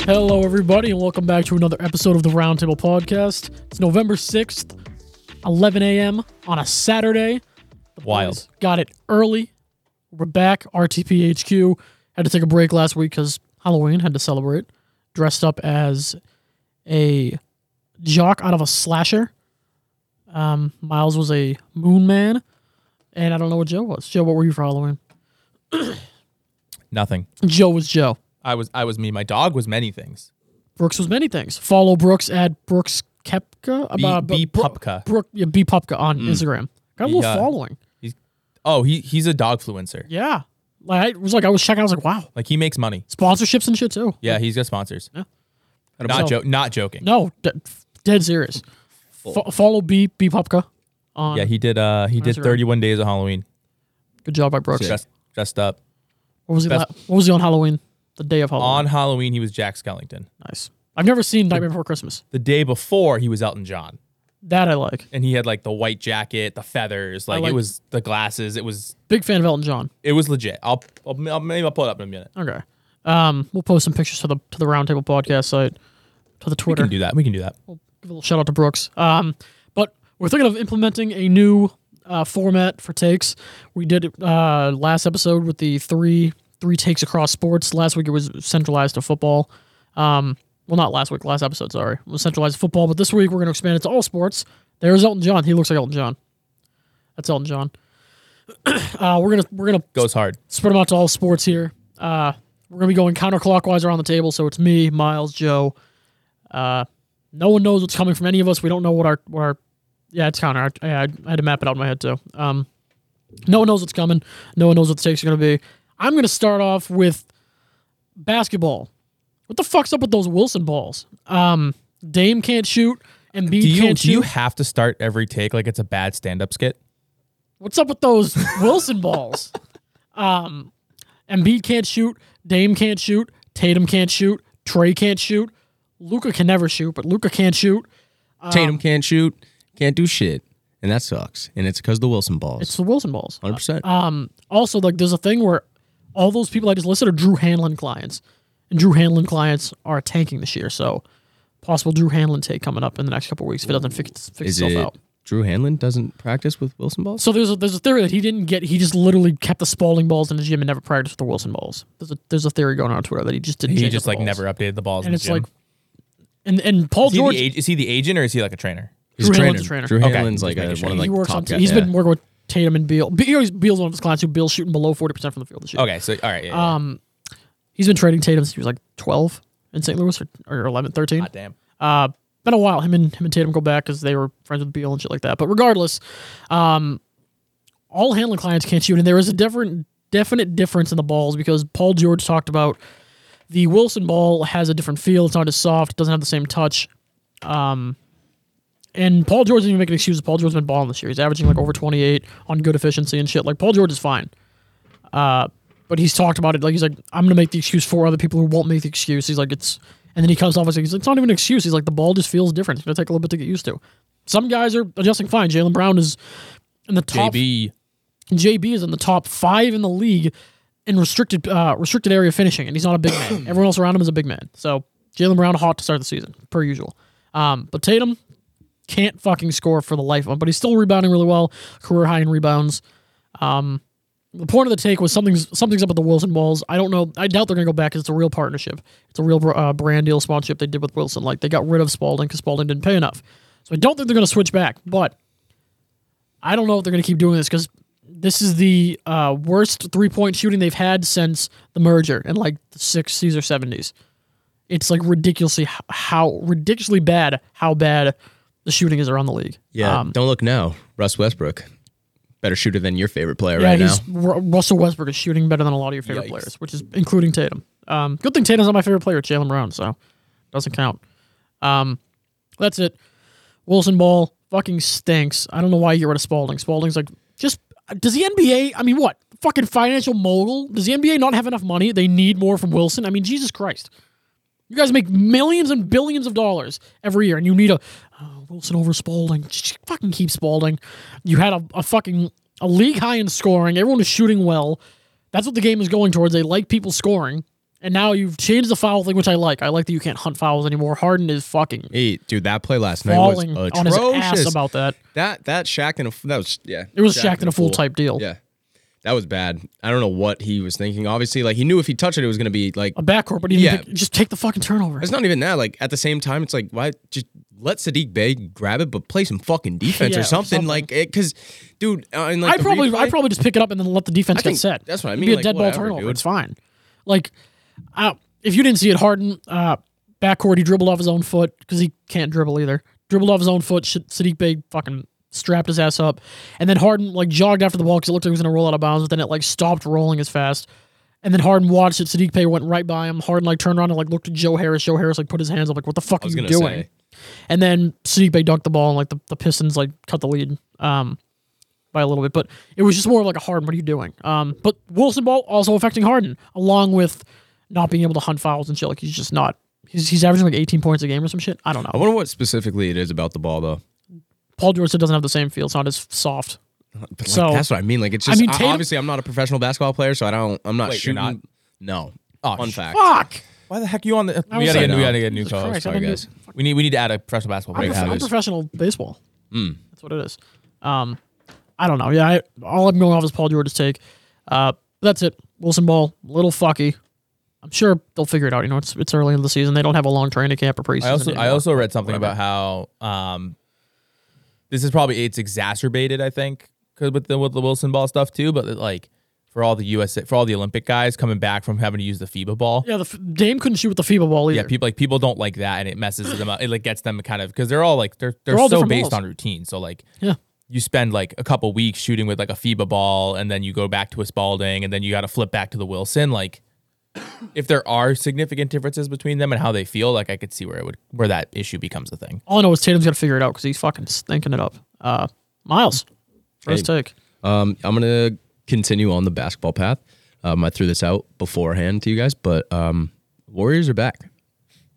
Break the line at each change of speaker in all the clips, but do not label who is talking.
Hello, everybody, and welcome back to another episode of the Roundtable Podcast. It's November 6th, 11 a.m. on a Saturday. The
Wild.
boys Got it early. We're back, RTPHQ. Had to take a break last week because Halloween, had to celebrate. Dressed up as a jock out of a slasher. Um, Miles was a moon man, and I don't know what Joe was. Joe, what were you for Halloween?
Nothing.
Joe was Joe.
I was I was me. My dog was many things.
Brooks was many things. Follow Brooks at Brooks Kepka.
B,
uh,
B
Bro-
Pupka. Mm.
Brook, yeah, B Pupka on Instagram. Got a little
Yeah.
following.
Oh, he he's a dog fluencer.
Yeah. Like I was like, I was checking. I was like, wow,
Like he makes money.
sponsorships and shit too.
Yeah, he's got sponsors.
Yeah.
Not
So-
joke. Not joking.
No, d- dead serious. Fo- follow B B Pupka on.
Yeah, he did. Uh, he did
Instagram.
31 days of Halloween.
good job by Brooks.
Dressed, dressed up
What was he?
Best-
la- what was he on Halloween? The day of Halloween.
on Halloween. He was Jack Skellington.
nice. I've never seen Nightmare Before Christmas.
The day before, he was Elton John,
That I like.
and he had like the white jacket, the feathers, like,
like-
it was the glasses. It was
Big fan of Elton John.
it was legit. I'll, I'll, I'll maybe I'll pull it up in a minute.
Okay. Um, we'll post some pictures to the to the Roundtable Podcast site, to the
We
Twitter.
can do that. We can do that.
give a little shout out to Brooks. Um, but we're thinking of implementing a new uh, format for takes. We did it, uh, last episode with the three three takes across sports. Last week it was centralized to football. Um, well, not last week, last episode, sorry. It was centralized to football, but this week we're going to expand it to all sports. There's Elton John. He looks like Elton John. That's Elton John. uh, we're gonna we're gonna
Goes hard.
spread them out to all sports here. Uh, we're gonna be going counterclockwise around the table, so it's me, Miles, Joe. Uh, no one knows what's coming from any of us. We don't know what our what our yeah, it's counter. I, I, I had to map it out in my head too. Um, no one knows what's coming. No one knows what the stakes are gonna be. I'm gonna start off with basketball. What the fuck's up with those Wilson balls? Um, Dame can't shoot. and
Do you
can't
do you
shoot.
have to start every take like it's a bad stand up skit?
What's up with those Wilson balls? Um, Embiid can't shoot. Dame can't shoot. Tatum can't shoot. Trey can't shoot. Luca can never shoot, but Luca can't shoot. Um,
Tatum can't shoot, can't do shit, and that sucks. And it's because the Wilson balls.
It's uh, the Wilson balls.
Hundred percent.
Also, like, there's a thing where all those people I just listed are Drew Hanlon clients, and Drew Hanlon clients are tanking this year. So, possible Drew Hanlon take coming up in the next couple weeks if it doesn't fix, fix
Is
itself
it
out.
Drew Hanlon doesn't practice with Wilson balls?
So there's a, there's a theory that he didn't get. He just literally kept the Spalding balls in his gym and never practiced with the Wilson balls. There's a there's a theory going on on Twitter that he just didn't.
He
change
just
the
like
balls.
never updated the balls. in
and
the
it's
gym.
like, and and Paul
Is he,
George,
the, ag- is he the agent or is he like a trainer?
He's
Drew
a
Hanlon's
trainer.
a trainer.
Drew
Okay.
Hanlon's like
Just
a,
making sure.
one of
he
like
works
top
on.
guys.
He's
yeah.
been working with Tatum and Beal. Be- he's- Beal's one of his clients who Beal's shooting below forty percent from the field this year.
Oh.
Okay, so all right, yeah, yeah.
Um, he's been trading Tatum since he was like twelve in St. Louis or, or 11, 13.
God damn.
Uh, been a while. Him and him and Tatum go back because they were friends with Beal and shit like that. But regardless, um, all Hanlon clients can't shoot, and there is a different definite difference in the balls because Paul George talked about the Wilson ball has a different feel. It's not as soft. It doesn't have the same touch. Um, and Paul George didn't even make an excuse. Paul George's been balling this year. He's averaging like over 28 on good efficiency and shit. Like Paul George is fine. Uh, but he's talked about it. Like he's like, I'm gonna make the excuse for other people who won't make the excuse. He's like, it's, and then he comes off as like, he's like, it's not even an excuse. He's like, the ball just feels different. It's gonna take a little bit to get used to. Some guys are adjusting fine. Jalen Brown is in the top.
JB.
JB is in the top five in the league in restricted uh, restricted area finishing, and he's not a big man. Everyone else around him is a big man. So Jalen Brown hot to start the season per usual. Um, but Tatum can't fucking score for the life of him, but he's still rebounding really well, career high in rebounds. Um, the point of the take was something's something's up with the Wilson balls. I don't know. I doubt they're gonna go back because it's a real partnership. It's a real br- uh, brand deal sponsorship they did with Wilson. Like they got rid of Spalding because Spalding didn't pay enough. So I don't think they're gonna switch back. But I don't know if they're going to keep doing this because this is the uh, worst three point shooting they've had since the merger in like the 60s or 70s. It's like ridiculously h- how ridiculously bad how bad the shooting is around the league.
Yeah.
Um,
don't look now. Russ Westbrook, better shooter than your favorite player
yeah,
right now.
he's Ru- Russell Westbrook is shooting better than a lot of your favorite
Yikes.
players, which is including Tatum. Um, good thing Tatum's not my favorite player, it's Jalen Brown, so doesn't count. Um, that's it. Wilson Ball fucking stinks. I don't know why you get rid of Spalding. Spalding's like just does the NBA? I mean, what fucking financial mogul? Does the NBA not have enough money? They need more from Wilson. I mean, Jesus Christ. You guys make millions and billions of dollars every year, and you need a oh, Wilson over Spalding. Just fucking keep Spalding. You had a, a fucking a league high in scoring. Everyone is shooting well. That's what the game is going towards. They like people scoring, And now you've changed the foul thing, which I like. I like that you can't hunt fouls anymore. Harden is fucking
Hey, dude, that play last night was
falling
atrocious.
on his ass about that.
that that Shaq and a that was yeah.
It was Shaq in a full type deal.
Yeah, that was bad. I don't know what he was thinking. Obviously, like he knew if he touched it, it was gonna be like.
A backcourt, but he didn't
Yeah.
pick- just take the fucking turnover.
It's not even that. Like at the same time, it's like why just let Sadiq Bey grab it, but play some fucking defense
Yeah,
or something,
something.
like it. Because, dude, uh, and like
I
the
probably
replay-
I probably just pick it up and then let the defense
I
get
think-
set.
that's what I
It'd
mean,
Be a
like,
dead ball
whatever,
turnover.
dude.
It's fine. Like, uh, if you didn't see it, Harden uh, backcourt he dribbled off his own foot because he can't dribble either. Dribbled off his own foot. Sh- Sadiq Bey fucking strapped his ass up, and then Harden like jogged after the ball because it looked like he was gonna roll out of bounds, but then it like stopped rolling as fast. And then Harden watched it. Sadiq Bey went right by him. Harden like turned around and like looked at Joe Harris. Joe Harris like put his hands up like, "What the fuck are
was
you
gonna
doing?"
say.
And then Sadiq Bey dunked the ball and like the, the Pistons like cut the lead. Um, by a little bit, but it was just more of like a Harden. What are you doing? Um, but Wilson ball also affecting Harden, along with not being able to hunt fouls and shit. Like he's just not. He's, he's averaging like 18 points a game or some shit. I don't
I
know.
wonder what specifically it is about the ball though.
Paul George doesn't have the same feel. It's not as soft.
But like,
So-
that's what I mean. Like it's
I
just
mean,
I-
Tatum-
obviously I'm not a professional basketball player, so I don't. I'm not
Wait, you're
shooting.
not?
No.
Oh,
Fun
sh-
fact.
Fuck.
Why the heck are you on the? We
was
gotta
saying
get, we
no.
gotta get new
Jesus Christ,
co-hosts.
I've
Sorry,
been
guys.
doing-
We need we need to add a professional basketball
I'm,
player.
prof- I'm
Habits. Mm.
professional baseball. That's what it is. Um, I don't know. Yeah, I, all I'm going off is Paul George's take. Uh, that's it. Wilson Ball, little fucky. I'm sure they'll figure it out. You know, it's it's early in the season. They don't have a long training camp or preseason.
I also I
anymore.
also read something about how um, this is probably it's exacerbated. I think 'cause with the with the Wilson ball stuff too, but like for all the USA for all the Olympic guys coming back from having to use the FIBA ball.
yeah, the f- Dame couldn't shoot with the FIBA ball either.
Yeah, people like people don't like that, and it messes them up. It like gets them kind of because they're all like they're they're,
They're all
so
different
based
balls.
on routine. So like
yeah.
you spend like a couple weeks shooting with like a FIBA ball, and then you go back to a Spalding, and then you got to flip back to the Wilson. Like if there are significant differences between them and how they feel, like I could see where it would where that issue becomes a thing.
All I know is Tatum's got to figure it out because he's fucking stinking it up. Uh, Miles, first take.
Um, I'm gonna continue on the basketball path. Um, I threw this out beforehand to you guys, but um, Warriors are back.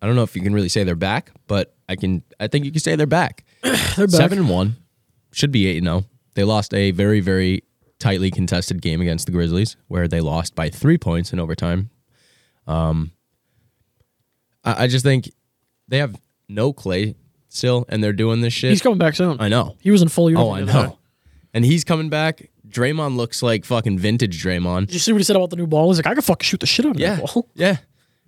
I don't know if you can really say they're back, but I can. I think you can say they're back.
They're back.
Seven and one, should be eight and zero. They lost a very very tightly contested game against the Grizzlies, where they lost by three points in overtime. Um, I, I just think they have no Clay still, and they're doing this shit.
He's coming back soon.
I know.
He was in full uniform.
Oh, I
the other day.
know. And he's coming back. Draymond looks like fucking vintage Draymond.
Did you see what he said about the new ball? He's like, I could fucking shoot the shit out of
Yeah.
that ball.
Yeah.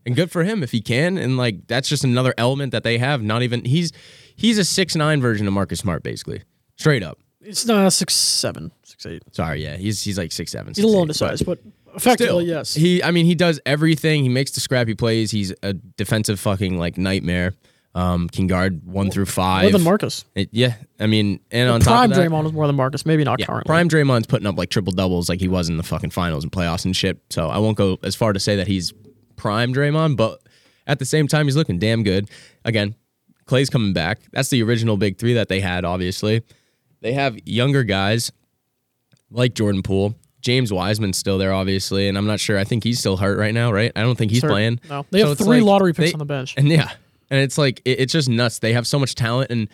And good for him if he can. And like that's just another element that they have. Not even he's he's a six nine version of Marcus Smart, basically. Straight up.
It's not uh, six seven, six eight.
Sorry, yeah. He's he's like six seven.
He's a little undersized, but effectively, yes.
He I mean he does everything. He makes the scrappy plays. He's a defensive fucking like nightmare. Um can guard one through five.
more than Marcus.
It- yeah. I mean and on top
Prime
of that,
Draymond is more than Marcus. Maybe not
Yeah,
currently.
prime Draymond's putting up like triple doubles like he was in the fucking finals and playoffs and shit. So I won't go as far to say that he's prime Draymond, but at the same time he's looking damn good. Again, Clay's coming back. That's the original big 3 that they had obviously. They have younger guys like Jordan Poole. James Wiseman's still there obviously, and I'm not sure. I think he's still hurt right now, right? I don't think he's
Third-
playing.
No, they
So
have
it's
three
like-
lottery picks
they-
on the bench.
and yeah, and it's like it, it's just nuts. They have so much talent, and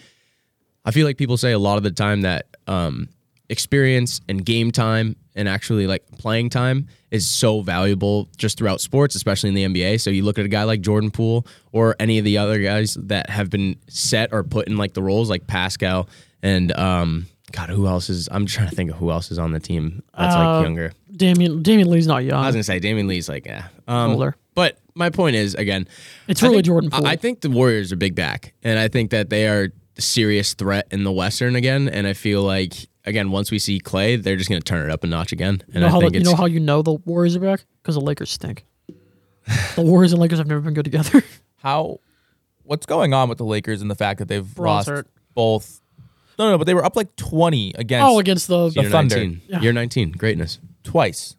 I feel like people say a lot of the time that um, experience and game time and actually like playing time is so valuable just throughout sports, especially in the NBA. So you look at a guy like Jordan Poole or any of the other guys that have been set or put in like the roles, like Pascal and um, God, who else is? I'm trying to think of who else is on the team that's
Uh,
like younger.
Damian Damian Lee's not
I was
young.
gonna say Damian Lee's like, yeah, um,
Older.
But my point is again.
It's
I
really
think-
Jordan
I-
Poole.
I think the Warriors are big back, and I think that they are a serious threat in the Western again. And I feel like again, once we see Clay, they're just going to turn it up a notch again. And
you know
I
how
think
the, you
it's
know how you know the Warriors are back because the Lakers stink. the Warriors and Lakers have never been good together.
how what's going on with the Lakers and the fact that they've
Braun's
lost
hurt.
both. No, no, but they were up like twenty against
oh, against the
the
you're
Thunder.
19.
Yeah.
You're 19. Greatness.
twice.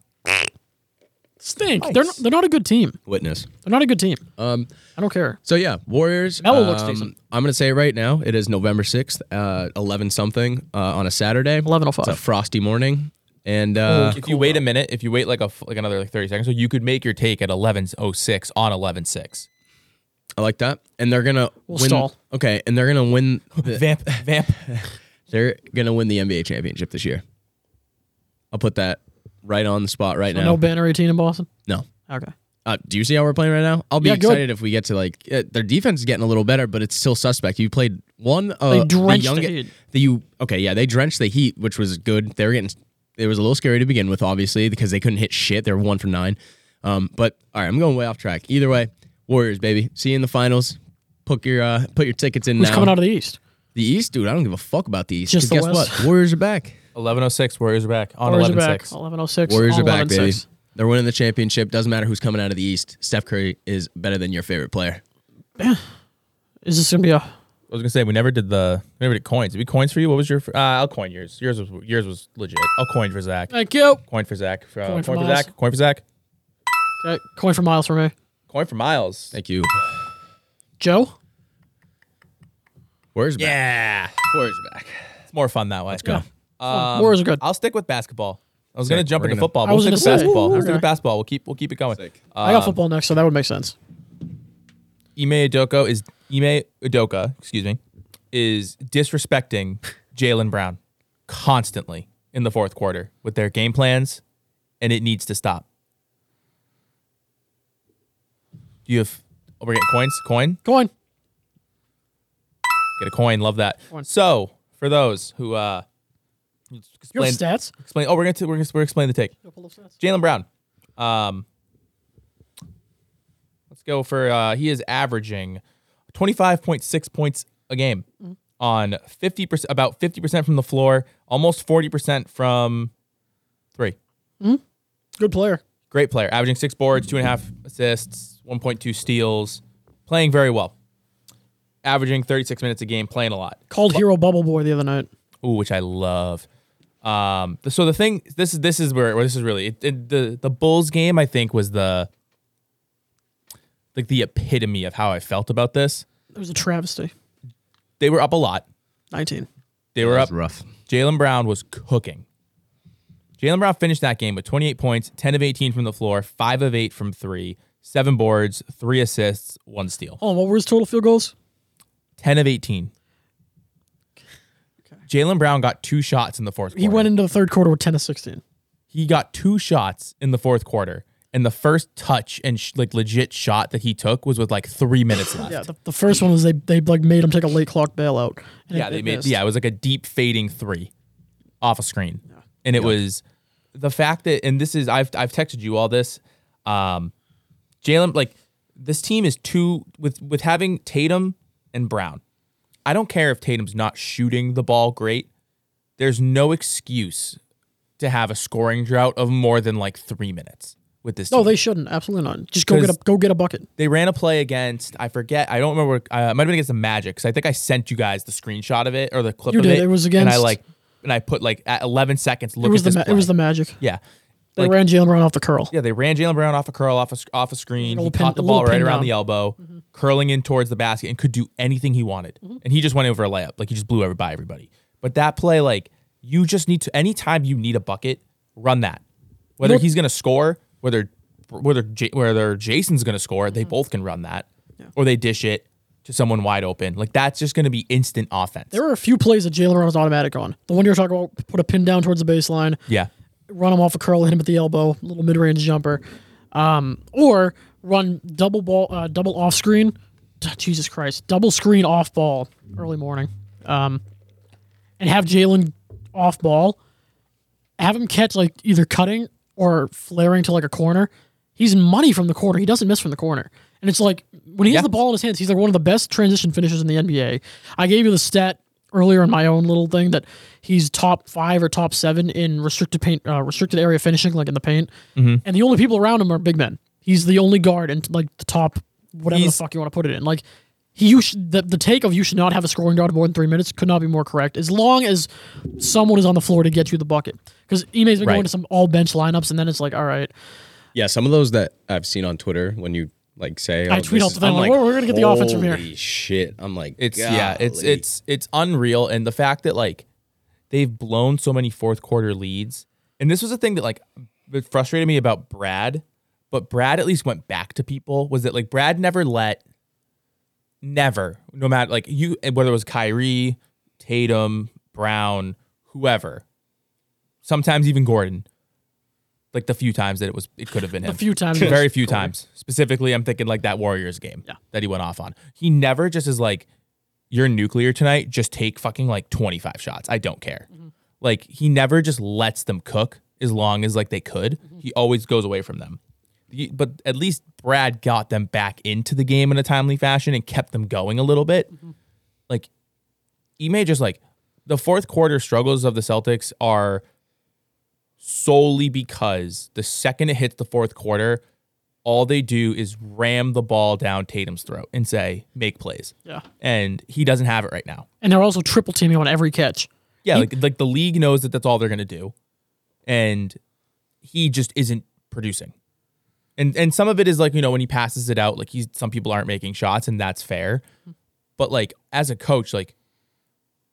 stink. They're not, they're not a good team.
Witness.
They're not a good team.
Um,
I don't care.
So yeah, Warriors. um,
Melo looks decent.
I'm gonna say it right now. It is November sixth, uh, eleven something uh, on a Saturday.
11:05.
It's a frosty morning, and uh,
Oh,
if you wait a minute, if you wait like a f- like another like thirty seconds, so you could make your take at eleven oh six on eleven six.
I like that. And they're gonna
We'll
win.
stall.
Okay, and they're gonna win.
Vamp, vamp.
They're gonna win the NBA championship this year. I'll put that right on the spot right
No,
now.
banner 18 in Boston.
no,
Okay.
Uh, do you see how we're playing right now? I'll be
Yeah, good.
excited if we get to like uh, their defense is getting a little better, but it's still suspect. You played one. Uh,
They drenched
the, young,
the Heat.
the you okay? Yeah, they drenched the Heat, which was good. They were getting it was a little scary to begin with, obviously, because they couldn't hit shit. They were one for nine. Um, but all right, I'm going way off track. Either way, Warriors, baby. See you in the finals. Put your uh, put your tickets in
Who's
now.
coming out of the East?
the East, dude. I don't give a fuck about the East.
Just
'cause guess
the West.
what? Warriors are back.
1106, Warriors are back on
Warriors are back. 1106.
1106.
Warriors
on
are back, baby.
11-6.
They're winning the championship. Doesn't matter who's coming out of the East. Steph Curry is better than your favorite player.
Is this gonna be a?
I was gonna say we never did the we never did coins. Did we coins for you? What was your? Uh, I'll coin yours. Yours was yours was legit. I'll coin for Zach.
Thank you.
Coin for Zach. For, uh,
Coin
coin
for
for,
Miles.
Zach. Coin for Zach.
Okay, coin for Miles for me.
Coin for Miles.
Thank you.
Joe.
Warriors back.
Yeah,
Warriors back.
it's more fun that way. Let's go.
Oh, Warriors are good.
I'll stick with basketball. I was
Sick.
gonna jump
We're
into
gonna-
football.
I
but We'll
was
stick
gonna
with
say.
basketball. We'll
Okay.
stick with basketball. We'll keep we'll keep it going.
Sick.
I got
Um,
football next, so that would make sense.
Ime Udoka is Ime Udoka, excuse me, is disrespecting Jalen Brown constantly in the fourth quarter with their game plans, and it needs to stop. Do you have? Oh, we're getting coins. Coin.
Coin.
Get a coin. Love that.
Coin.
So for those who uh,
Your
explain,
stats.
explain. Oh, we're gonna t- we're gonna we're explain the take. Jalen Brown. Um, let's go for uh, he is averaging 25.6 points a game on 50% about 50% from the floor, almost 40% from three.
Good player.
Great player, averaging six boards, two and a half assists, 1.2 steals, playing very well. Averaging 36 minutes a game, playing a lot.
Called hero bubble boy the other night.
Ooh, which I love. Um, so the thing, this is this is where, where this is really it, it- the the Bulls game. I think was the like the epitome of how I felt about this.
It was a travesty.
They were up a lot.
Nineteen.
They were up.
That's rough.
Jalen Brown was cooking. Jalen Brown finished that game with 28 points, 10 of 18 from the floor, five of eight from three, seven boards, three assists, one steal.
Oh, what were his total field goals?
10 of 18. Jalen Brown got two shots in the fourth.
He
quarter.
went into the third quarter with ten to sixteen.
he got two shots in the fourth quarter and the first touch and sh- like legit shot that he took was with like three minutes left
Yeah,
yeah,
the, the first one was they they like made him take a late clock bailout. and it-
they
it
made
missed.
yeah it was like a deep fading three off a screen and it was the fact that and this is i've i've texted you all this um jalen like this team is too with with having tatum and brown i don't care if tatum's not shooting the ball great there's no excuse to have a scoring drought of more than like three minutes with this
No,
team.
they shouldn't. Absolutely not. Just go get a
Because-
go get a bucket.
they ran a play against I forget I don't remember uh, it might have been against the Magic because I think I sent you guys the screenshot of it or the clip
You
of
did.
it.
It was
and I
against-
like and I put like at 11 seconds. Look
It was
at
the
this
ma-
play.
it was the magic.
yeah
They
like-
ran Jalen Brown off the curl.
yeah they ran Jalen Brown off a curl off a sc- off a screen.
A
He
little pin-
caught
a
the
little
ball right
pin
around
down. Mm-hmm.
the elbow, curling in towards the basket and could do anything he wanted. And he just went over a layup like he just blew over by everybody. But that play like you just need to anytime you need a bucket run that whether
Look-
he's gonna score whether whether J- whether Jason's going to score,
Mm-hmm.
they both can run that, or they dish it to someone wide open. Like that's just going to be instant offense.
There were a few plays that Jalen Brown was automatic on. The one you were talking about, put a pin down towards the baseline,
yeah,
run him off a curl, hit him at the elbow, little mid range jumper, um, or run double ball, uh, double off screen. Jesus Christ, double screen off ball early morning, um, and have Jalen off ball, have him catch like either cutting or flaring to like a corner. He's money from the corner. He doesn't miss from the corner. And it's like when he has
Yeah.
the ball in his hands, he's like one of the best transition finishers in the NBA. I gave you the stat earlier in my own little thing that he's top five or top seven in restricted paint, uh, restricted area finishing, like in the paint. And the only people around him are big men. He's the only guard in like the top, whatever
He's-
the fuck you want to put it in. Like he, you should, the, the take of you should not have a scoring drought of more than three minutes could not be more correct. As long as someone is on the floor to get you the bucket, because Ime's been
Right.
going to some all bench lineups, and then it's like, all right,
Yeah, some of those that I've seen on Twitter when you like say,
I
oh,
tweet
this
all
is-
the time,
I'm
like, "Whoa, we're gonna get the offense from here."
"Holy Shit, I'm like,
it's yeah, it's
"Golly."
it's it's unreal. And the fact that like they've blown so many fourth quarter leads, and this was a thing that like that frustrated me about Brad, but Brad at least went back to people. Was that like Brad never let never, no matter like you, whether it was Kyrie, Tatum, Brown, whoever, sometimes even Gordon. like the few times that it was it could have been him.
A few times, yes.
very few times. Specifically, I'm thinking like that Warriors game
Yeah.
that he went off on. He never just is like, "You're nuclear tonight. Just take fucking like 25 shots. I don't care."
Mm-hmm.
Like he never just lets them cook as long as like they could.
Mm-hmm.
He always goes away from them. He- but at least Brad got them back into the game in a timely fashion and kept them going a little bit. Like Ime just like the fourth quarter struggles of the Celtics are solely because the second it hits the fourth quarter, all they do is ram the ball down Tatum's throat and say, make plays.
Yeah.
And he doesn't have it right now.
and they're also triple teaming on every catch.
Yeah, like like the league knows that that's all they're gonna do, and he just isn't producing. And and some of it is like you know when he passes it out, like he's some people aren't making shots, and that's fair. But like as a coach, like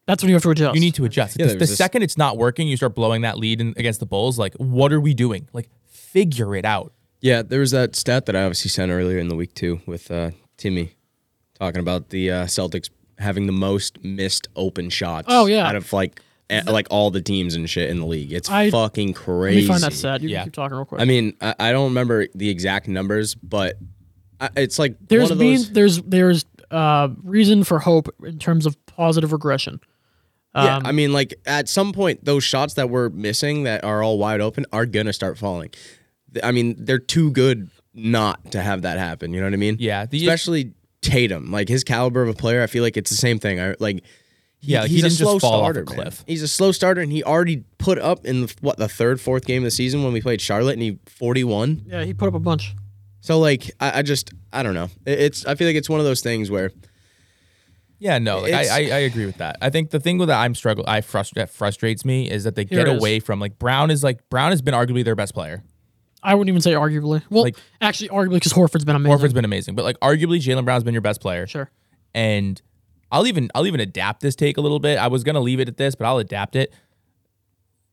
That's when you have to adjust.
you need to adjust.
Yeah,
the
there's
the
this-
second it's not working, you start blowing that lead in, against the Bulls. Like what are we doing? Like figure it out.
Yeah, there was that stat that I obviously sent earlier in the week too with uh, Timmy talking about the uh, Celtics having the most missed open shots.
Oh, yeah.
out of like eh, like all the teams and shit in the league. It's
I-
fucking
Let
crazy.
me find that stat. You
Yeah.
can keep talking real quick.
I mean, I, I don't remember the exact numbers, but I, it's like one
there's
of
mean,
those.
there's there's uh, reason for hope in terms of positive regression.
yeah,
um,
I mean, like at some point, those shots that we're missing that are all wide open are gonna start falling. Th- I mean, they're too good not to have that happen. You know what I mean?
Yeah, the-
especially Tatum, like his caliber of a player. I feel like it's the same thing. I like. he-
Yeah, like, he
he's a
didn't just
slow
fall off
starter.
a
man.
cliff.
He's a slow starter, and he already put up in the, what the third, fourth game of the season when we played Charlotte, and he forty-one.
Yeah, he put up a bunch.
So like, I, I just, I don't know. It- it's, I feel like it's one of those things where
Yeah, no, like I,
It's-
I, I agree with that. I think the thing with that I'm struggling, I frust- that frustrates me is that they
Here
get
it is.
away from like Brown is like Brown has been arguably their best player.
I wouldn't even say arguably. Well,
Like-
actually, arguably because Horford's been amazing.
Horford's been amazing, but like arguably Jalen Brown's been your best player.
sure.
And I'll even I'll even adapt this take a little bit. I was gonna leave it at this, but I'll adapt it.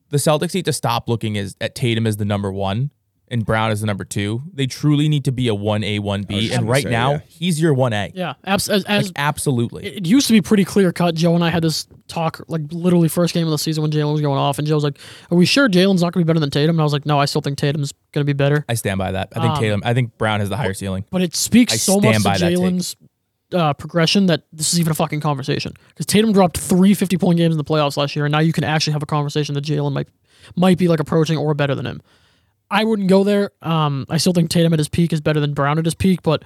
The Celtics need to stop looking as at Tatum as the number one and Brown as the number two. They truly need to be a one A one
was
B.
just
And
gonna
right
say,
now
yeah.
he's your one A.
Yeah, abs- as, as
Like absolutely.
it used to be pretty clear cut. Joe and I had this talk like literally first game of the season when Jalen was going off, and Joe was like, "Are we sure Jalen's not going to be better than Tatum?" And I was like, "No, I still think Tatum's going to be better."
I stand by that. I
um,
think Tatum. I think Brown has the higher ceiling.
But it speaks
I
so much to
stand by that take.
Jalen's uh, progression that this is even a fucking conversation. Because Tatum dropped three 50 point games in the playoffs last year, and now you can actually have a conversation that Jalen might might be like approaching or better than him. I wouldn't go there. Um, I still think Tatum at his peak is better than Brown at his peak, but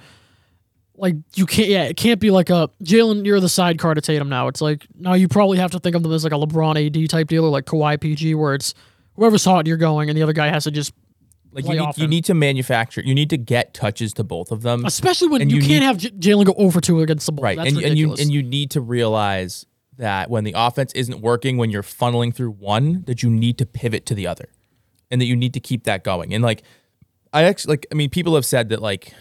like you can't, yeah, it can't be like a Jalen. You're the sidecar to Tatum now. It's like now you probably have to think of them as like a LeBron AD type deal or like Kawhi PG, where it's whoever's hot you're going, and the other guy has to just,
Like you
play
need, you
offense.
need to manufacture. You need to get touches to both of them.
especially when
And
you,
you
can't have J- Jalen go over two against the ball.
right
That's
and, and you
ridiculous.
and you need to realize that when the offense isn't working when you're funneling through one that you need to pivot to the other and that you need to keep that going and like i actually like i mean people have said that like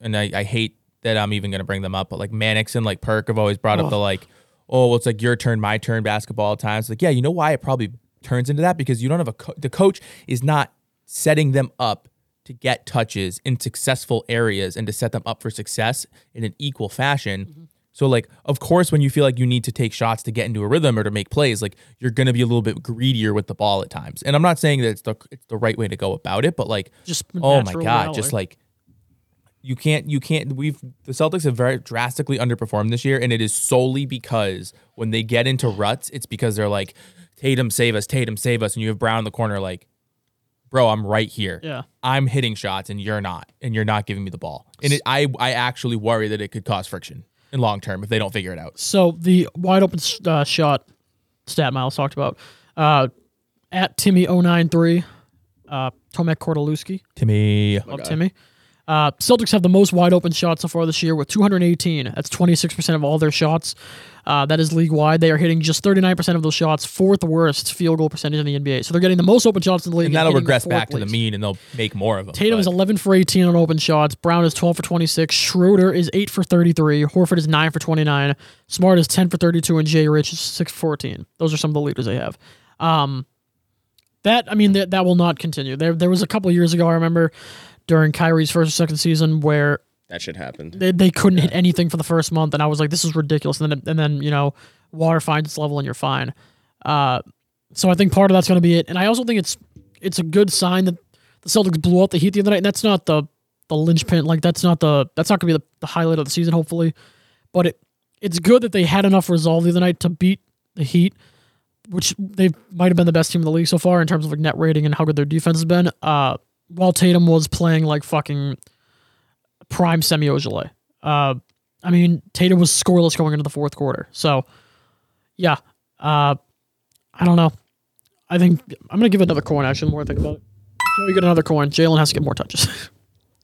and i, I hate that i'm even going to bring them up but like mannix and like perk have always brought up the like oh well, it's like your turn my turn basketball at times like yeah you know why it probably turns into that because you don't have a co- the coach is not setting them up to get touches in successful areas and to set them up for success in an equal fashion. So like of course when you feel like you need to take shots to get into a rhythm or to make plays, like you're going to be a little bit greedier with the ball at times. And I'm not saying that it's the it's the right way to go about it, but like
Just
oh my
natural
god,
reality.
just like you can't you can't we've the Celtics have very drastically underperformed this year and it is solely because when they get into ruts, it's because they're like Tatum save us, Tatum save us and you have Brown in the corner like bro, I'm right here.
Yeah.
I'm hitting shots and you're not, and you're not giving me the ball. And it, I, I actually worry that it could cause friction in long term if they don't figure it out.
So the wide open s- uh, shot stat Miles talked about uh, at Timmy 093, uh, Tomek Kordaluski
Timmy,
of Timmy. Uh, Celtics have the most wide open shots so far this year with 218. That's 26% of all their shots. Uh, that is league wide. They are hitting just 39% of those shots, fourth worst field goal percentage in the NBA. So they're getting the most open shots in the league.
and that'll
hitting
regress
fourth
back to the
least.
mean, and they'll make more of them.
Tatum is
but-
11 for 18 on open shots. Brown is 12 for 26. Schroeder is 8 for 33. Horford is 9 for 29. Smart is 10 for 32. And Jay Rich is 6 for 14. Those are some of the leaders they have. Um, that, I mean, that, that will not continue. There, there was a couple years ago, I remember, during Kyrie's first or second season where
that shit happened.
they, they couldn't hit anything for the first month. And I was like, this is ridiculous. And then, and then you know, water finds its level and you're fine. Uh, so I think part of that's going to be it. And I also think it's it's a good sign that the Celtics blew out the Heat the other night, and that's not the the linchpin. Like that's not the that's not gonna be the, the highlight of the season, hopefully. But it it's good that they had enough resolve the other night to beat the Heat, which they might have been the best team in the league so far in terms of like net rating and how good their defense has been. Uh, while Tatum was playing like fucking prime Semi Ojeley. Uh, I mean Tatum was scoreless going into the fourth quarter, so yeah. Uh, I don't know. I think I'm gonna give it another coin. Actually, the more I think about it, so you get another coin. Jalen has to get more touches.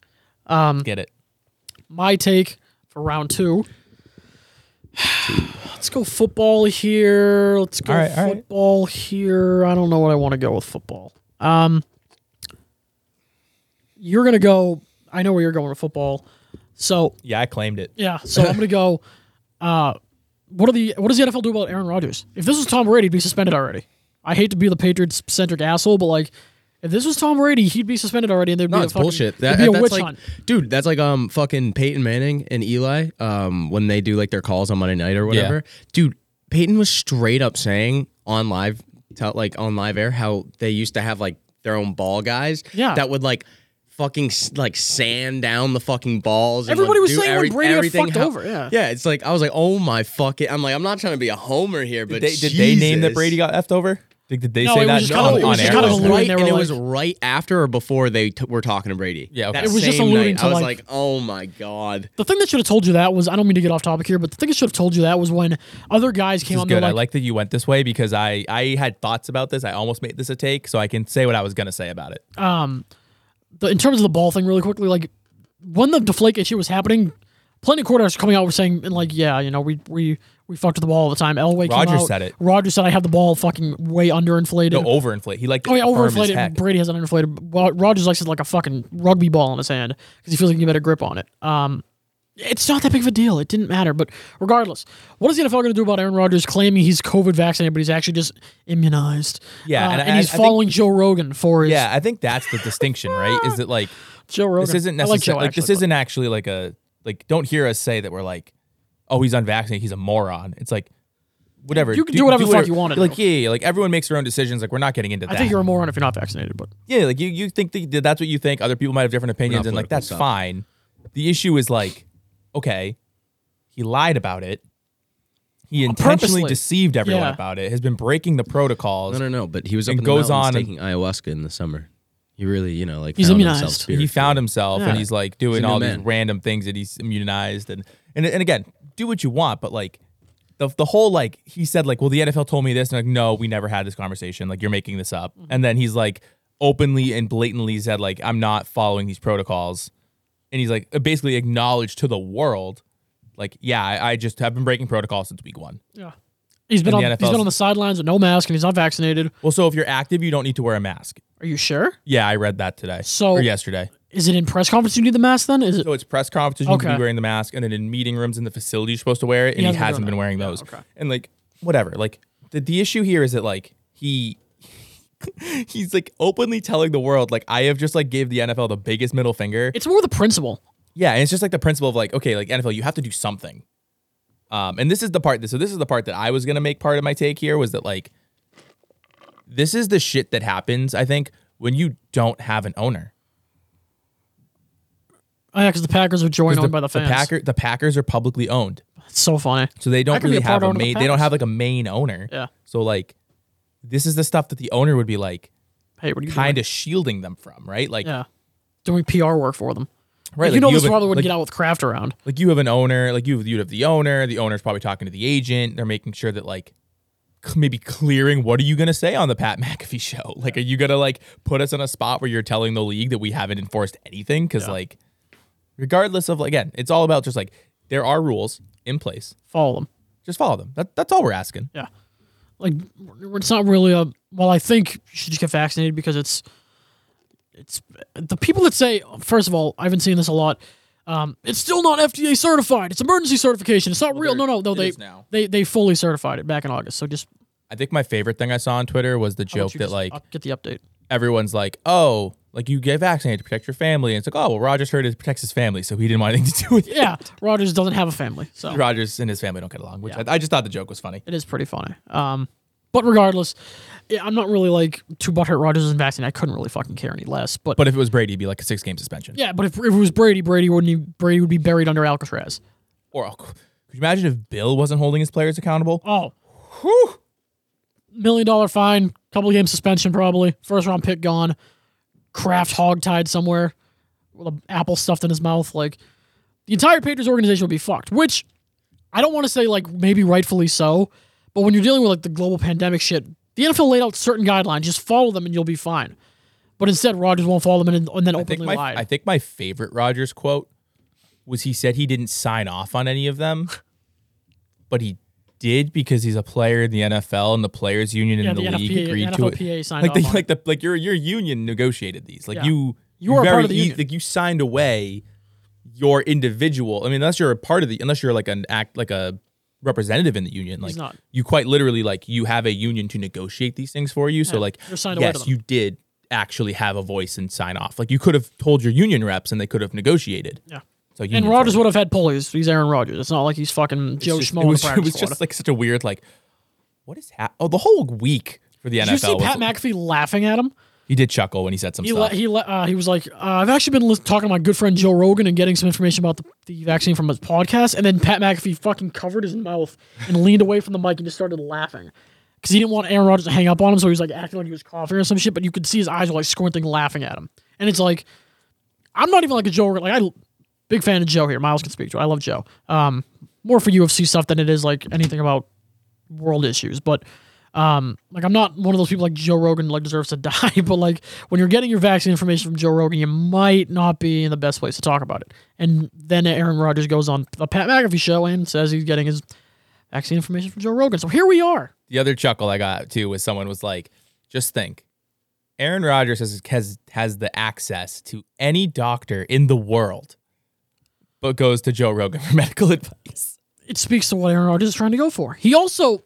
Get it.
My take for round two. Let's go football here. Let's go
All right, all right.
football here. I don't know what I want to go with football. Um, you're gonna go. I know where you're going with football. So
Yeah, I claimed it.
yeah, so I'm gonna go. Uh, what are the what does the NFL do about Aaron Rodgers? If this was Tom Brady, he'd be suspended already. I hate to be the Patriots centric asshole, but like, if this was Tom Brady, he'd be suspended already, and there'd
No,
be a
it's
fucking,
bullshit.
there'd
That,
be a
that's
witch
like,
hunt.
dude, that's like um fucking Peyton Manning and Eli um when they do like their calls on Monday night or whatever. Dude, Peyton was straight up saying on live, tell, like on live air, how they used to have like their own ball guys.
Yeah.
that would like fucking s- like sand down the fucking balls. and,
Everybody
like,
was
do
saying when
every-
Brady got
everything
fucked
how-
over, yeah.
yeah. It's like I was like, oh my fucking. I'm like, I'm not trying to be a homer here, but
Did they, did they name that
Jesus.
Brady got effed over? Did, did they
No,
say
it was
that
just kinda-
on,
it was
on
just
air?
kinda
It was
alluding-
right,
they were
and it
like-
was right after or before they t- were talking to Brady.
Yeah, okay.
That
It
was just
same
alluding
night,
to,
I was
like-
like, oh my god.
The thing that should have told you that was I don't mean to get off topic here, but the thing that should have told you that was when other guys came
This is
on there
good. I
like,
like that you went this way because I I had thoughts about this. I almost made this a take, so I can say what I was gonna say about it.
the, in terms of the ball thing, really quickly, like when the deflate issue was happening, plenty of quarterbacks were coming out were saying and like, yeah, you know, we we we fucked with the ball all the time. Elway came
Rodgers
out.
said it.
Rodgers said I have the ball fucking way underinflated.
No, overinflate. He like
Oh yeah, overinflated.
overinflated.
Brady has an inflated. Well, Rogers likes it like a fucking rugby ball in his hand because he feels like he can get a grip on it. Um, it's not that big of a deal. It didn't matter. But regardless, what is the NFL going to do about Aaron Rodgers claiming he's COVID vaccinated, but he's actually just immunized?
Yeah,
Uh, and,
and I-
he's
I think-
following Joe Rogan for his
Yeah, I think that's the distinction, right? Is that like
Joe Rogan.
this isn't
I like, Joe,
necessarily like, this
actually, but-
isn't actually like a like don't hear us say that we're like oh he's unvaccinated he's a moron it's like whatever
You can do whatever the fuck you wanna
like
do.
yeah, yeah, yeah, like everyone makes their own decisions like we're not getting into
I
that
think you're a moron if you're not vaccinated, but
yeah like you you think that that's what you think other people might have different opinions and like
political
that's
stuff.
fine the issue is like okay he lied about it
Uh,
he intentionally
purposely.
deceived everyone
Yeah.
about it has been breaking the protocols
No, no, no. But he was up
And
in the
goes
mountains
on and-
taking ayahuasca in the summer. He really, you know, like
He's
found
immunized.
himself
he
spiritually.
found himself and
Yeah.
he's like
He's
doing
a new
all these
man.
random things that he's immunized and and and again, do what you want, but like the the whole like he said like, well, the NFL told me this, and like, no, we never had this conversation. Like you're making this up,
Mm-hmm.
and then he's like openly and blatantly said like, I'm not following these protocols, and he's like basically acknowledged to the world, like, yeah, I, I just have been breaking protocol since week one.
yeah, he's been on,
And the
he's
NFL's
been on the sidelines with no mask and he's not vaccinated.
Well, so if you're active, you don't need to wear a mask.
Are you sure?
Yeah, I read that today
So-
or yesterday.
Is it in press conference you need the mask? Then is it?
So it's press conferences, you can
Okay.
be wearing the mask, and then in meeting rooms in the facility, you're supposed to wear it, and he,
hasn't been
hasn't
doing that.
been wearing those.
okay.
And like, whatever. Like, the, the issue here is that like he. He's like openly telling the world, like I have just like gave the NFL the biggest middle finger.
It's more the principle.
Yeah, and it's just like the principle of like, okay, like NFL, you have to do something. Um, and this is the part. So this is the part that I was gonna make part of my take here was that like, this is the shit that happens. I think when you don't have an owner.
Oh, yeah, because the Packers are joined on by the fans.
Packer, the Packers are publicly owned.
It's so funny.
So they
I
don't
could be
really
a part
have a
owner of the
main. They don't
Packers.
have like a main owner.
Yeah.
So like, this is the stuff that the owner would be like
Hey, what are you doing?
kind of shielding them from, right? Like,
Yeah. Doing PR work for them.
right?
you know this
have
probably
an,
would
like,
get out with Kraft around.
like you have an owner. Like you you have the owner. The owner's probably talking to the agent. They're making sure that like. c- Maybe clearing. What are you gonna say on the Pat McAfee show? Like, are you gonna like put us in a spot where you're telling the league that we haven't enforced anything? Because like, regardless of like, again, it's all about just like there are rules in place.
Follow them.
Just follow them. That, that's all we're asking.
Yeah. Like it's not really a well, I think you should just get vaccinated because it's it's the people that say first of all, I've been seeing this a lot. Um, it's still not FDA certified. It's emergency certification. It's not real. No, no,
they're-
no.
it
They
is now.
they they fully certified it back in August. So just
I think my favorite thing I saw on Twitter was the
I'll let
joke
you
that
just
like
up- get the update.
everyone's like, oh, like you get vaccinated to protect your family, and it's like, oh, well, Rogers heard it protects his family, so he didn't want anything to do with it.
Yeah, Rogers doesn't have a family, so
Rogers and his family don't get along, which I, I just thought the joke was funny.
it is pretty funny. Um, But regardless, yeah, I'm not really like too butthurt Rogers isn't vaccinated. I couldn't really fucking care any less. But,
But if it was Brady, it'd be like a six game suspension.
yeah, but if, if it was Brady, Brady wouldn't he, Brady would be buried under Alcatraz.
Or oh, could you imagine if Bill wasn't holding his players accountable?
Oh, million dollar fine, couple game suspension probably, first round pick gone, Kraft hog tied somewhere with an apple stuffed in his mouth. Like the entire Patriots organization would be fucked. Which I don't want to say like maybe rightfully so, but when you're dealing with like the global pandemic shit, the NFL laid out certain guidelines. Just follow them and you'll be fine. But instead, Rogers won't follow them and, and then
I think
openly
my
lied.
I think my favorite Rogers quote was he said he didn't sign off on any of them, but he did because he's a player in the NFL and the players union
yeah,
and
the,
the, league
NFPA,
agreed to it.
NFLPA signed
Like
off
the,
on it.
like the like your your union negotiated these. Like
Yeah.
you
You are a part
very
of the
e-
union.
like you signed away your individual. I mean, unless you're a part of the unless you're like an act like a representative in the union, like
not.
you quite literally like you have a union to negotiate these things for you. So
Yeah,
like
you're signed away to
yes,
them.
you did actually have a voice and sign off. Like you could have told your union reps and they could have negotiated.
Yeah.
So
And
union
Rogers
voted.
would have had pulleys. He's Aaron Rodgers. It's not like he's fucking Joe
It's just-
Schmo.
It
in the
was, it
practice
was
squad.
just like such a weird like what is hap Oh, the whole week for the
Did
NFL.
you see
was-
Pat McAfee laughing at him?
he did chuckle when he said some
He
stuff.
le- he le- uh, he was like, uh, I've actually been lis- talking to my good friend Joe Rogan and getting some information about the, the vaccine from his podcast, and then Pat McAfee fucking covered his mouth and leaned away from the mic and just started laughing because he didn't want Aaron Rodgers to hang up on him, so he was like acting like he was coughing or some shit. But you could see his eyes were like squinting, laughing at him, and it's like, I'm not even like a Joe Rogan. Like I, big fan of Joe here. Miles can speak to. It. I love Joe. Um, more for UFC stuff than it is like anything about world issues, but um, like I'm not one of those people like Joe Rogan like deserves to die, but like when you're getting your vaccine information from Joe Rogan, you might not be in the best place to talk about it. And then Aaron Rodgers goes on the Pat McAfee show and says he's getting his vaccine information from Joe Rogan. So here we are.
the other chuckle I got too was someone was like, just think. Aaron Rodgers has, has has the access to any doctor in the world, but goes to Joe Rogan for medical advice.
It speaks to what Aaron Rodgers is trying to go for. He also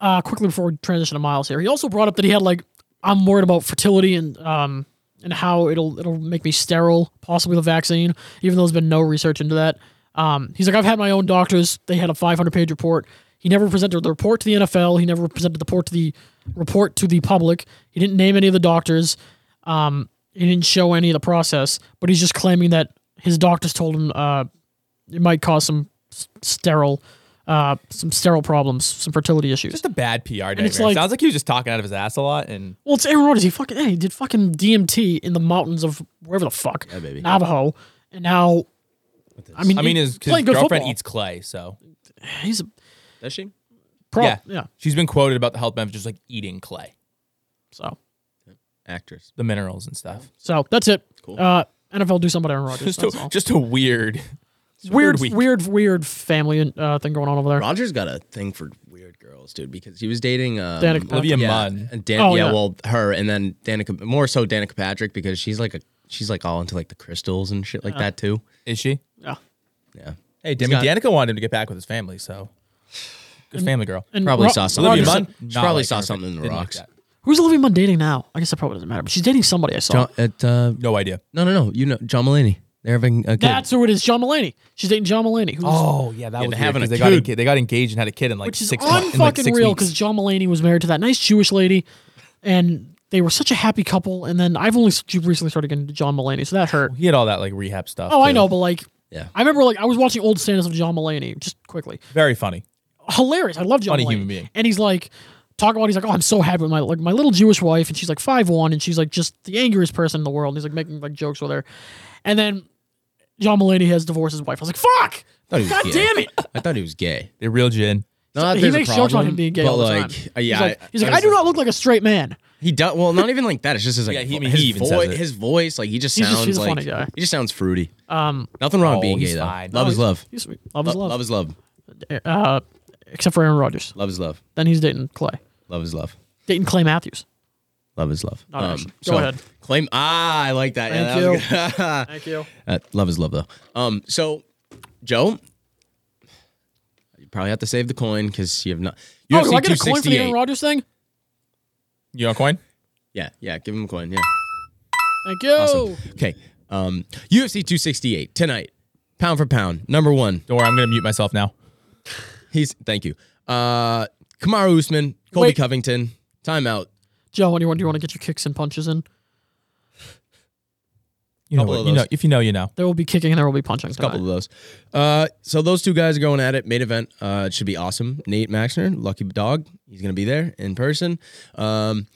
uh, quickly before we transition to Miles here, he also brought up that he had like I'm worried about fertility and um and how it'll it'll make me sterile, possibly the vaccine, even though there's been no research into that. Um, he's like, I've had my own doctors. They had a 500 page report. He never presented the report to the NFL. He never presented the report to the report to the public. He didn't name any of the doctors. Um, he didn't show any of the process. But he's just claiming that his doctors told him uh, it might cause some s- sterile, uh, some sterile problems, some fertility issues.
Just a bad PR nightmare.
it's like-
Sounds like he was just talking out of his ass a lot. And
Well, it's Aaron Rodgers. He fucking hey, he did fucking DMT in the mountains of wherever the fuck
Yeah, baby.
Navajo, and now I mean,
I mean,
he-
his, his
playing
girlfriend
good football.
eats clay, so
He's a
Does she?
pro. Yeah.
yeah, She's been quoted about the health benefits, just like eating clay,
So
Actress.
the minerals and stuff.
so that's it.
Cool.
Uh, NFL do something about Aaron Rodgers.
Just
That's
a,
all.
just a weird,
Weird,
week.
weird, weird, family uh, thing going on over there.
Rogers got a thing for weird girls, dude, because he was dating um,
Danica Patrick.
Olivia
yeah,
Munn.
and Dan,
Oh,
yeah,
yeah.
well, her, and then Danica, more so Danica Patrick, because she's like a, she's like all into like the crystals and shit like that too.
Is she?
Yeah.
Yeah,
Hey, Demi
got-
Danica wanted him to get back with his family, so good family girl.
And
probably
Ro-
saw something.
Olivia
Rodgers-
Munn
She
not
probably
like
saw
her.
something in the
Didn't like
rocks.
that.
Who's Olivia Munn dating now? I guess that probably doesn't matter. But she's dating somebody I saw.
John, at, uh,
No idea.
no, no, no, you know John Mulaney. They're having a kid.
That's who it is. John Mulaney. She's dating John Mulaney. Who's,
Oh yeah, that was
Yeah, they're
weird,
having
'cause
a
they got
kid.
engaged, they got engaged and had a kid in like
which is
six months.
unfucking
in, like, six
real
weeks.
because John Mulaney was married to that nice Jewish lady, and they were such a happy couple. And then I've only s- recently started getting into John Mulaney, so that hurt.
he had all that like rehab stuff.
Oh, I
too.
know, but like,
Yeah.
I remember like I was watching old standards of John Mulaney just quickly.
Very funny.
Hilarious. I love John
Funny
Mulaney.
human being.
And he's like, talk about. He's like, oh, I'm so happy with my like my little Jewish wife, and she's like five one, and she's like just the angriest person in the world. And he's like making like jokes with her, and then John Mulaney has divorced his wife. I was like, fuck.
thought he was
God
gay.
damn it!
I thought he was gay.
The real gin.
Not that
he
there's a
makes jokes about
problem,
him being gay
but
all the
like,
time.
uh, yeah,
he's like, he's like,
was
I do not look like a straight man.
He does well, not even like that. It's just his like
Yeah, he- I
vo-
mean,
his,
he even
voi-
says it.
his voice. Like he just
He's
sounds
just- he's a
like
funny guy.
he just sounds fruity.
Um,
Nothing wrong
Oh,
with being
he's
gay
fine.
though. Love is
he's-
love.
he's sweet. Love is
Lo-
love.
Love is love.
uh, except for Aaron Rodgers.
Love is love.
Then he's dating Clay.
Love is love.
Dating Clay Matthews.
Love is love. Um,
Not actually. Go ahead.
Claim. Ah, I like that. yeah, that was
Thank
good.
Thank you.
Uh, love is love though. Um. So, Joe, you probably have to save the coin because you have not.
Oh,
UFC
do I get a coin for the Aaron
268.
Rodgers thing?
You know, coin.
Yeah, yeah. Give him a coin. Yeah.
Thank you.
Awesome. Okay. Um. UFC 268 tonight. Pound for pound, number one.
Don't worry, I'm gonna mute myself now.
He's thank you. Uh Kamara Usman, Colby
Wait.
Covington, timeout.
Joe, what do you want? Do you want to get your kicks and punches in?
You know,
Couple
what-
of
you know,
those.
if you know, you know.
There will be kicking and there will be punching.
A couple of those. Uh, so those two guys are going at it. Main event. Uh, it should be awesome. Nate Maxner, lucky dog. He's going to be there in person. Um,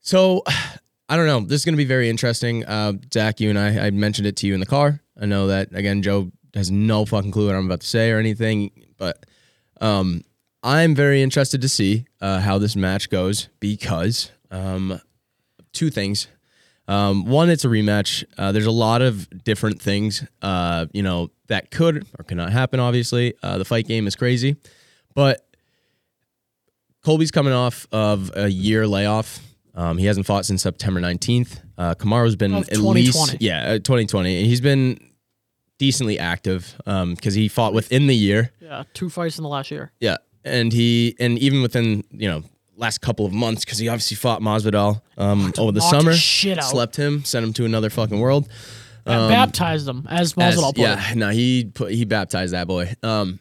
so I don't know. This is going to be very interesting. Uh, Zach, you and I, I mentioned it to you in the car. I know that again. Joe has no fucking clue what I'm about to say or anything, but um, I'm very interested to see uh, how this match goes because um, two things. Um, one, it's a rematch. Uh, there's a lot of different things, uh, you know, that could or could not happen. Obviously, uh, the fight game is crazy, but Colby's coming off of a year layoff. Um, he hasn't fought since September 19th. Uh, Kamaro's been
Of
at least
2020.
yeah, uh, 2020, and he's been decently active because he fought within the year.
Yeah, two fights in the last year.
Yeah, and he and even within you know last couple of months because he obviously fought Masvidal um, over the
knocked
summer,
his shit out.
slept him, sent him to another fucking world.
I baptized them as
As-
Masvidal put it.
yeah, no, he put, he baptized that boy. Um,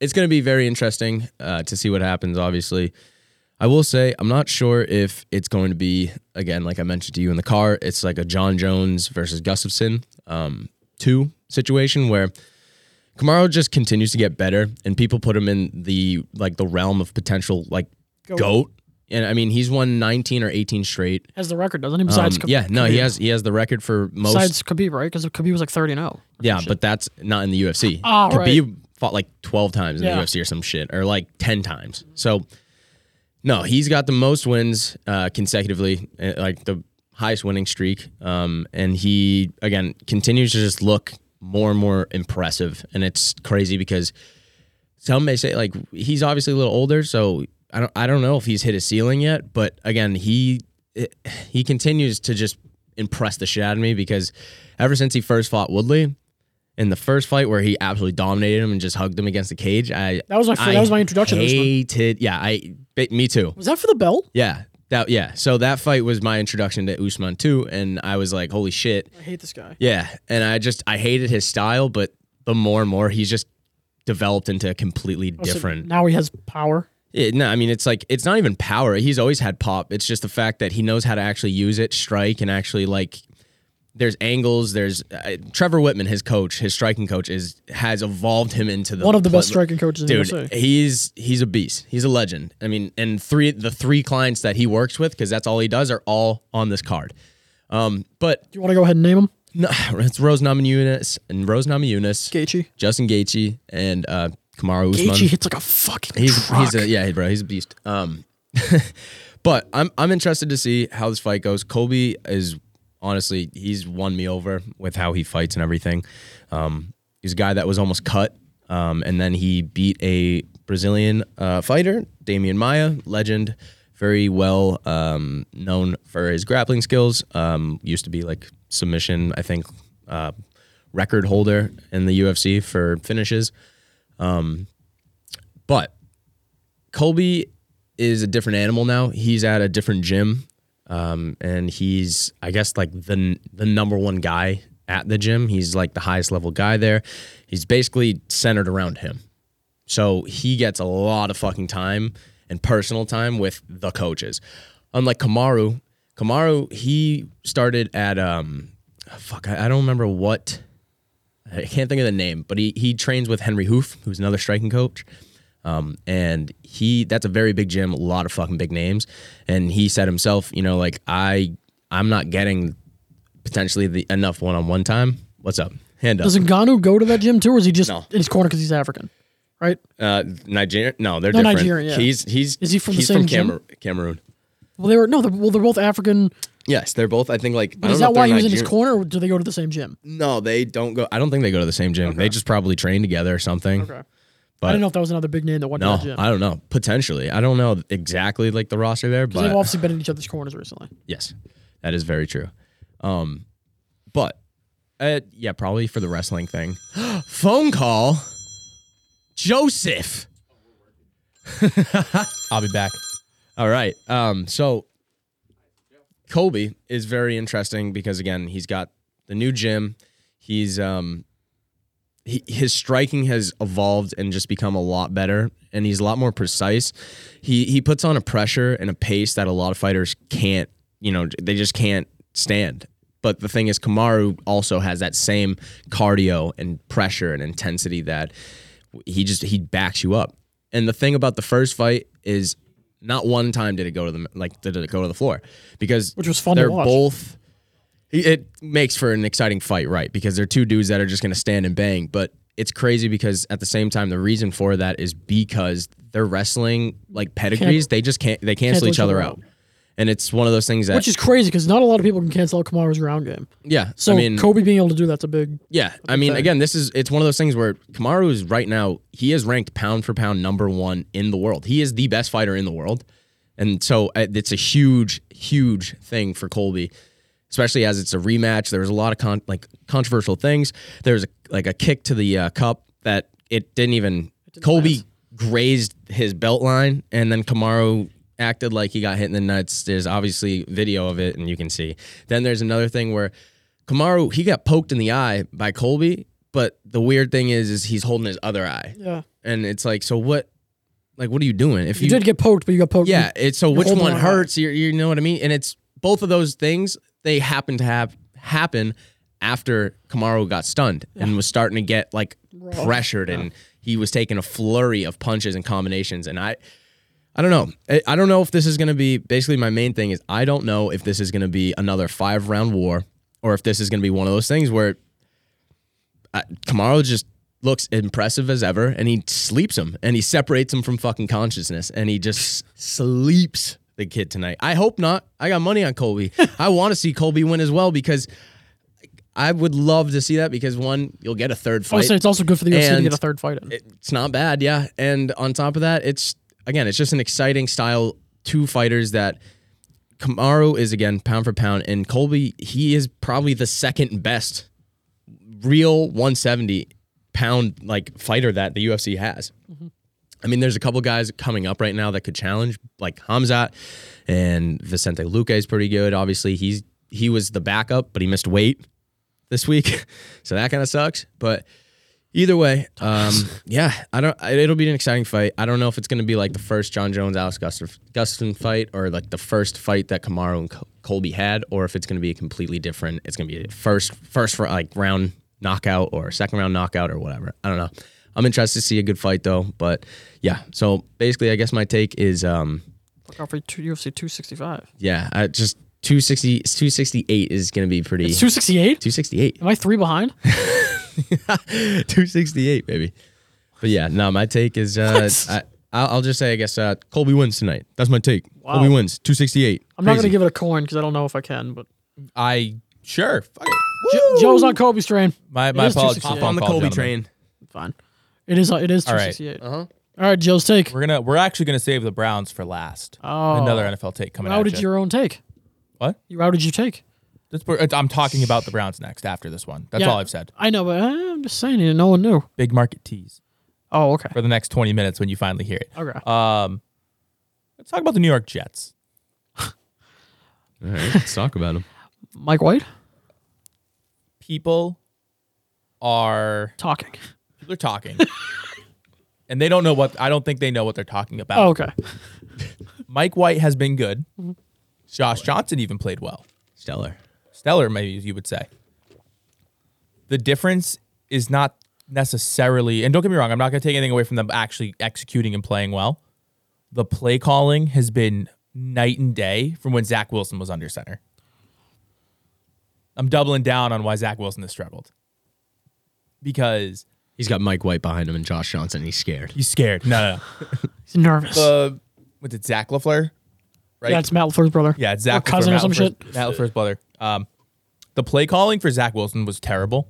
it's gonna be very interesting uh, to see what happens. Obviously, I will say I'm not sure if it's going to be again like I mentioned to you in the car. It's like a John Jones versus Gustafson um, two situation where Kamaro just continues to get better, and people put him in the like the realm of potential like goat. And I mean, he's won 19 or 18 straight.
Has the record, doesn't he? Besides,
Um,
Khabib-
yeah, no,
Khabib.
he has he has the record for most
Besides Khabib, right? Because Khabib was like thirty and oh. zero.
yeah, but that's not in the UFC.
Ah, right.
Khabib fought like 12 times in
Yeah.
the UFC or some shit, or like 10 times. So, no, he's got the most wins uh, consecutively, uh, like the highest winning streak. Um, and he, again, continues to just look more and more impressive. And it's crazy because some may say like he's obviously a little older, so I don't I don't know if he's hit his ceiling yet. But again, he it, he continues to just impress the shit out of me because ever since he first fought Woodley in the first fight where he absolutely dominated him and just hugged him against the cage, I
That was my fir-
I
that was my introduction to this one.
Hated, yeah, I ba- me too.
Was that for the belt?
Yeah, that yeah. So that fight was my introduction to Usman too, and I was like, holy shit,
I hate this guy.
yeah, and I just I hated his style, but the more and more he's just developed into a completely
So
different.
now he has power.
Yeah, no, I mean it's like it's not even power. He's always had pop. It's just the fact that he knows how to actually use it, strike, and actually like there's angles. There's uh, Trevor Whitman, his coach, his striking coach, is has evolved him into the
One of the best
pl-
striking coaches in the
dude
USA.
he's he's a beast he's a legend i mean and three the three clients that he works with because that's all he does are all on this card um but
Do you want to go ahead and name him?
no, it's Rose Namajunas and Rose Namajunas,
Gaethje.
Justin Gaethje, and uh, Kamaru Usman.
Gaethje hits like a fucking
He's
truck.
he's a yeah, bro, he's a beast. Um, but I'm I'm interested to see how this fight goes. Kobe is honestly he's won me over with how he fights and everything. Um, he's a guy that was almost cut, um, and then he beat a Brazilian uh, fighter, Damian Maia, legend. Very well um, known for his grappling skills. Um, used to be like submission, I think, uh, record holder in the UFC for finishes. Um, But Colby is a different animal now. He's at a different gym, um, and he's I guess like the the number one guy at the gym. He's like the highest level guy there. He's basically centered around him, so he gets a lot of fucking time and personal time with the coaches. Unlike Kamaru, Kamaru he started at um, fuck I, I don't remember what I can't think of the name, but he he trains with Henry Hoof, who's another striking coach. Um, and he that's a very big gym, a lot of fucking big names. And he said himself, you know, like I I'm not getting potentially the enough one on one time. What's up? Hand up.
Does Ngannou go to that gym too, or is he just
No.
in his corner because he's African? Right?
Uh, Nigerian? No, they're
No,
different.
Nigerian, yeah.
He's he's
Is he from the
he's
same
from
gym?
Cameroon, Cameroon.
Well, they were no. They're, well, they're both African.
Yes, they're both. I think like.
But
I
is
don't
that
know
why
if
he
they're
was in his
Nigerian-
corner, or do they go to the same gym?
No, they don't go. I don't think they go to the same gym. They just probably train together or something.
Okay. I didn't know if that was another big name that went to
No,
that gym.
I don't know. Potentially, I don't know exactly like the roster there,
Because they've
but
obviously been in each other's corners recently.
yes, that is very true. Um, but uh, yeah, probably for the wrestling thing. Phone call, Joseph.
I'll be back.
All right. Um, so Kobe is very interesting because again, he's got the new gym. He's um he, his striking has evolved and just become a lot better, and he's a lot more precise. He he puts on a pressure and a pace that a lot of fighters can't. You know, they just can't stand. But the thing is, Kamaru also has that same cardio and pressure and intensity that he just he backs you up. And the thing about the first fight is, not one time did it go to the like did it go to the floor because
Which was fun to
They're
watch.
both it makes for an exciting fight, right? Because they're two dudes that are just going to stand and bang. But it's crazy because at the same time, the reason for that is because they're wrestling like pedigrees. they just can't. They cancel, each other out. And it's one of those things that
Which is crazy because not a lot of people can cancel out Kamara's ground game.
yeah.
So
I mean,
Kobe being able to do that's a big.
yeah. I mean, again, this is it's one of those things where Kamaru is right now. He is ranked pound for pound number one in the world. He is the best fighter in the world, and so uh, it's a huge, huge thing for Colby, especially as it's a rematch. There was a lot of con- like controversial things. There was a, like a kick to the uh, cup that it didn't even. Colby grazed his belt line, and then Kamaru acted like he got hit in the nuts. There's obviously video of it, and you can see. Then there's another thing where Kamaru he got poked in the eye by Colby, but the weird thing is, is he's holding his other eye,
Yeah.
and it's like, so what? Like, what are you doing? If
You, did get poked, but you got poked.
yeah, it's so which
holding
one
on.
hurts? You you know what I mean? And it's both of those things. They happen to have happen after Kamaru got stunned and was starting to get like pressured, and he was taking a flurry of punches and combinations. And I, I don't know. I, I don't know if this is going to be basically my main thing is I don't know if this is going to be another five round war or if this is going to be one of those things where uh, Kamaru just looks impressive as ever, and he sleeps him, and he separates him from fucking consciousness, and he just sleeps the kid tonight. I hope not. I got money on Colby. I want to see Colby win as well because I would love to see that because one, you'll get a third
I would
fight.
say it's also good for the UFC to
And-
get a third fight in.
it's not bad, yeah. And on top of that, it's again, it's just an exciting style. Two fighters that Kamaru is again pound for pound, and Colby he is probably the second best real 170 pound like fighter that the UFC has. I mean, there's a couple guys coming up right now that could challenge, like Hamzat and Vicente Luque is pretty good. Obviously, he's he was the backup, but he missed weight this week, so that kind of sucks. But either way, um, yeah, I don't. I- It'll be an exciting fight. I don't know if it's going to be like the first John Jones Alex Gustaf- Gustin fight, or like the first fight that Kamaru and Col- Colby had, or if it's going to be completely different. It's going to be a first first for like round knockout or second round knockout or whatever. I don't know. I'm interested to see a good fight though, but yeah. So basically, I guess my take is, um,
Look out for two- UFC 265.
yeah, I just 260, 268 is going to be pretty.
It's 268?
268.
Am I three behind?
268, baby. But yeah, no, my take is uh, I, I'll I'll just say, I guess, uh, Colby wins tonight. That's my take. Colby wins 268.
I'm not going to give it a coin because I don't know if I can, but
I sure. Fuck it.
Jo- Joe's on Kobe strain.
My my
is
apologies.
268.
Phone
On
call, gentlemen.
Fine. It is uh, it is
All right.
268. All right, Joe's take.
We're gonna we're actually gonna save the Browns for last.
Oh.
Another NFL take coming
How
out.
did your own take?
What?
You routed your take.
That's where- it's- I'm talking about the Browns next after this one. That's
Yeah.
all I've said.
I know, but uh, I'm just saying it. No one knew.
Big market tease
Oh, okay.
for the next 20 minutes when you finally hear it.
Okay.
Um, let's talk about the New York Jets.
All right, let's talk about him.
Mike White
People are
talking.
people are talking, and they don't know what. I don't think they know what they're talking about.
Oh, okay. Mm-hmm.
Mike White has been good. Josh Johnson even played well.
Stellar.
stellar, maybe you would say. The difference is not necessarily, and don't get me wrong, I'm not going to take anything away from them actually executing and playing well. The play calling has been night and day from when Zach Wilson was under center. I'm doubling down on why Zach Wilson has struggled because
He's got Mike White behind him and Josh Johnson. He's scared.
he's scared. No,
He's nervous.
no, no. uh, what did Zach Lafleur? Right?
yeah, it's Matt LaFleur's brother.
Yeah, it's Zach
Or cousin
Lefler,
or some
Matt
shit.
Lefler's- Matt LaFleur's brother. Um, the play calling for Zach Wilson was terrible,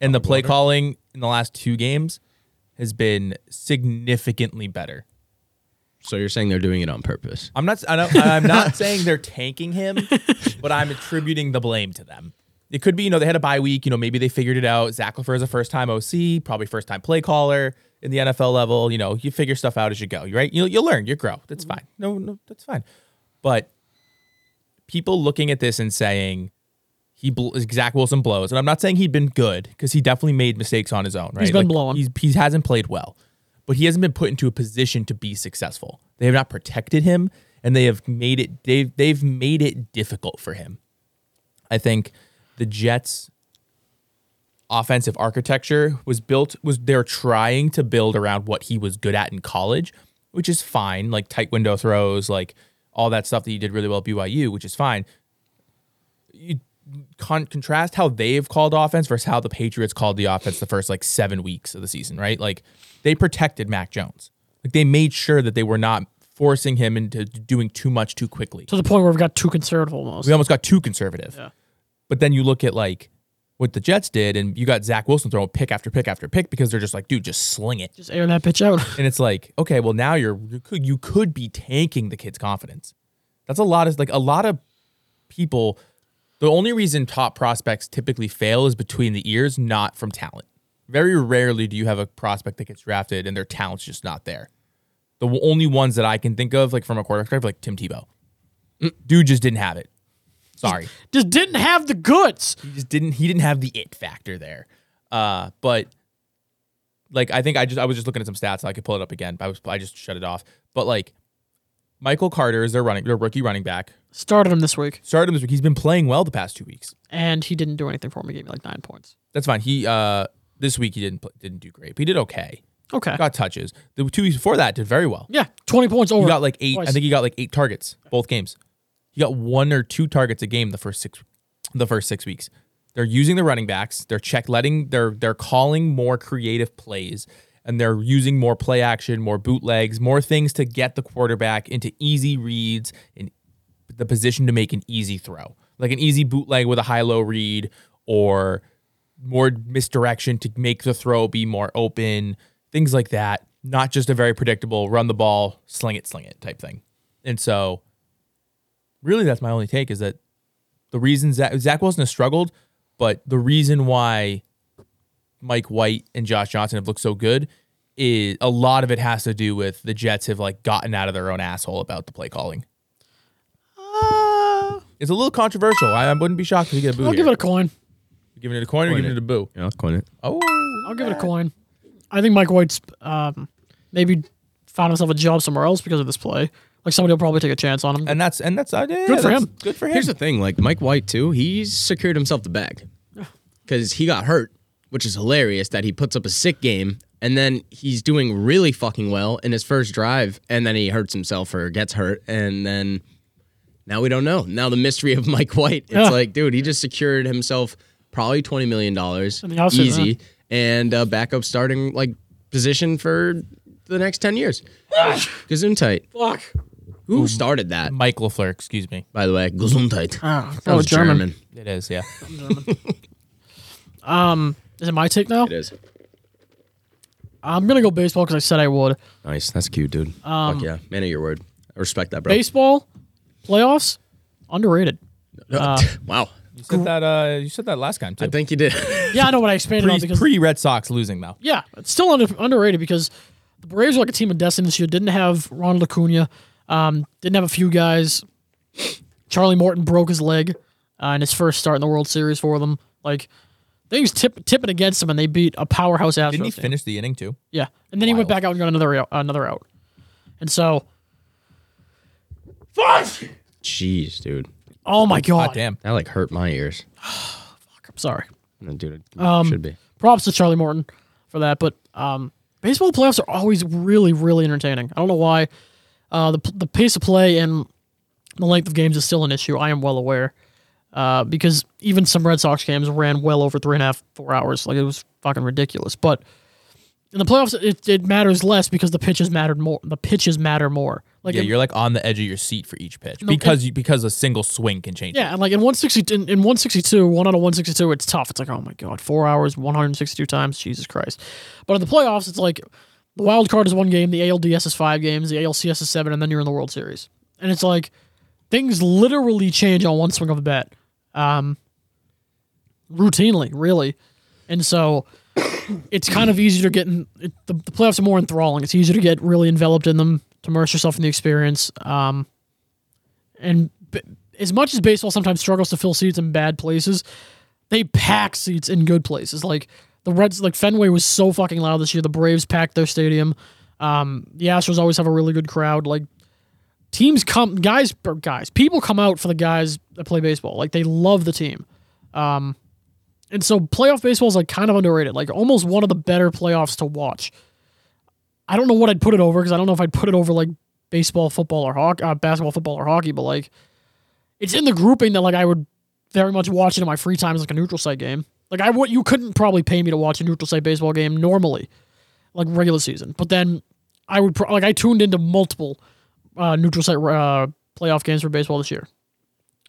and the play calling in the last two games has been significantly better.
So you're saying they're doing it on purpose?
I'm not. I don't, I'm not saying they're tanking him, but I'm attributing the blame to them. It could be, you know, they had a bye week. You know, maybe they figured it out. Zach Lefleur is a first-time OC, probably first-time play caller in the NFL level. You know, you figure stuff out as you go. You right? You you'll learn. You grow. That's
Mm-hmm.
fine. No, no, that's fine. But people looking at this and saying He bl- Zach Wilson blows, and I'm not saying he'd been good because he definitely made mistakes on his own. Right,
He's been blowing.
He's, he hasn't played well, but he hasn't been put into a position to be successful. They have not protected him, and they have made it. They've they've made it difficult for him. I think the Jets offensive architecture was built was they're trying to build around what he was good at in college, which is fine, like tight window throws, like all that stuff that he did really well at BYU, which is fine. You con- contrast how they've called offense versus how the Patriots called the offense the first like 7 weeks of the season, right? Like they protected Mac Jones. Like they made sure that they were not forcing him into doing too much too quickly.
to the point where we got too conservative almost.
We almost got too conservative.
Yeah.
But then you look at like what the Jets did, and you got Zach Wilson throwing pick after pick after pick because they're just like, dude, just sling it.
Just air that pitch out.
And it's like, okay, well now you're you could you could be tanking the kid's confidence. That's a lot of like a lot of people. The only reason top prospects typically fail is between the ears, not from talent. Very rarely do you have a prospect that gets drafted and their talent's just not there. The w- only ones that I can think of, like from a quarterback, perspective, like Tim Tebow, dude just didn't have it. Sorry
Just didn't have the goods.
he just didn't he didn't have the it factor there. Uh, but like I think I just I was just looking at some stats. I could pull it up again. But I was I just shut it off. But like Michael Carter is their running their rookie running back.
Started him this week
Started him this week. He's been playing well the past two weeks.
and he didn't do anything for me. Gave me like nine points.
That's fine. He uh this week he didn't pl- didn't do great. But he did okay.
Okay.
Got touches. The two weeks before that did very well.
Yeah, twenty points over.
He got like eight.
Twice.
I think he got like eight targets both games. He got one or two targets a game the first six, the first six weeks. They're using the running backs. They're check letting. They're they're calling more creative plays, and they're using more play action, more bootlegs, more things to get the quarterback into easy reads and the position to make an easy throw, like an easy bootleg with a high low read or more misdirection to make the throw be more open, things like that. Not just a very predictable run the ball, sling it, sling it type thing. And so, really, that's my only take is that the reason Zach, Zach Wilson has struggled, but the reason why Mike White and Josh Johnson have looked so good is a lot of it has to do with the Jets have like gotten out of their own asshole about the play calling.
Uh,
It's a little controversial. I, I wouldn't be shocked if we get a boo.
I'll
here.
give it a coin.
giving it a coin or
Coin
giving it.
it.
a boo.
Yeah, I'll coin it.
Oh,
I'll give it a coin. I think Mike White's um, maybe found himself a job somewhere else because of this play. Like somebody will probably take a chance on him.
and that's and that's uh, yeah,
Good for
that's-
him.
Good for him.
Here's the thing, like Mike White too, he's secured himself the bag because he got hurt, which is hilarious that he puts up a sick game and then he's doing really fucking well in his first drive and then he hurts himself or gets hurt and then now we don't know. Now the mystery of Mike White. It's
Yeah.
like, dude, he just secured himself probably twenty million dollars
the offseason,
easy and a backup starting like position for the next ten years. Gesundheit.
Fuck.
Who started that?
Mike LaFleur, excuse me.
By the way, Gesundheit.
Oh,
That was
German.
German.
It is, yeah.
Is it my take now?
It is.
I'm gonna go baseball because I said I would.
Nice. That's cute, dude.
Um,
Fuck yeah. Man of your word. I respect that, bro.
Baseball playoffs underrated.
wow.
You said that uh you said that last time too.
I think you did.
Yeah, I know what I expanded
pre,
on because
pre Red Sox losing though.
yeah, it's still under, underrated because the Braves are like a team of destiny this year. Didn't have Ronald Acuna, um, didn't have a few guys. Charlie Morton broke his leg uh, in his first start in the World Series for them. Like things tip, tipping against him, and they beat a powerhouse Astros.
Didn't he
team.
finish the inning too?
Yeah, and then he went
Wild.
back out and got another out- another out, and so. Fuck!
Jeez, dude.
Oh my
God
god!
damn.
That like hurt my ears.
I'm sorry.
No, dude, it
Um,
should be.
props to Charlie Morton for that. But um, baseball playoffs are always really, really entertaining. I don't know why. Uh, the the pace of play and the length of games is still an issue. I am well aware. Uh, because even some Red Sox games ran well over three and a half, four hours. Like it was fucking ridiculous. But in the playoffs, it, it matters less because the pitches mattered more. The pitches matter more. Like
Yeah,
in-
you're like on the edge of your seat for each pitch because you, because a single swing can change. it.
Yeah, and like in 160 in, in 162, one out of 162, it's tough. It's like, oh my god, four hours, 162 times, Jesus Christ. But in the playoffs, it's like the wild card is one game, the ALDS is five games, the ALCS is seven, and then you're in the World Series. And it's like things literally change on one swing of a bat, um, routinely, really. And so it's kind of easier to get in. It, the, the playoffs are more enthralling. It's easier to get really enveloped in them, to immerse yourself in the experience. Um, and b- as much as baseball sometimes struggles to fill seats in bad places, they pack seats in good places. Like the Reds, like Fenway was so fucking loud this year. The Braves packed their stadium. Um, the Astros always have a really good crowd. Like teams come, guys, or guys, people come out for the guys that play baseball. Like they love the team. Um, and so playoff baseball is like kind of underrated. Like almost one of the better playoffs to watch. I don't know what I'd put it over because I don't know if I'd put it over like baseball, football, or hockey, uh, basketball, football, or hockey. But like, it's in the grouping that like I would very much watch it in my free time as like a neutral site game. Like I would, you couldn't probably pay me to watch a neutral site baseball game normally, like regular season. But then I would pro- like I tuned into multiple uh, neutral site uh, playoff games for baseball this year,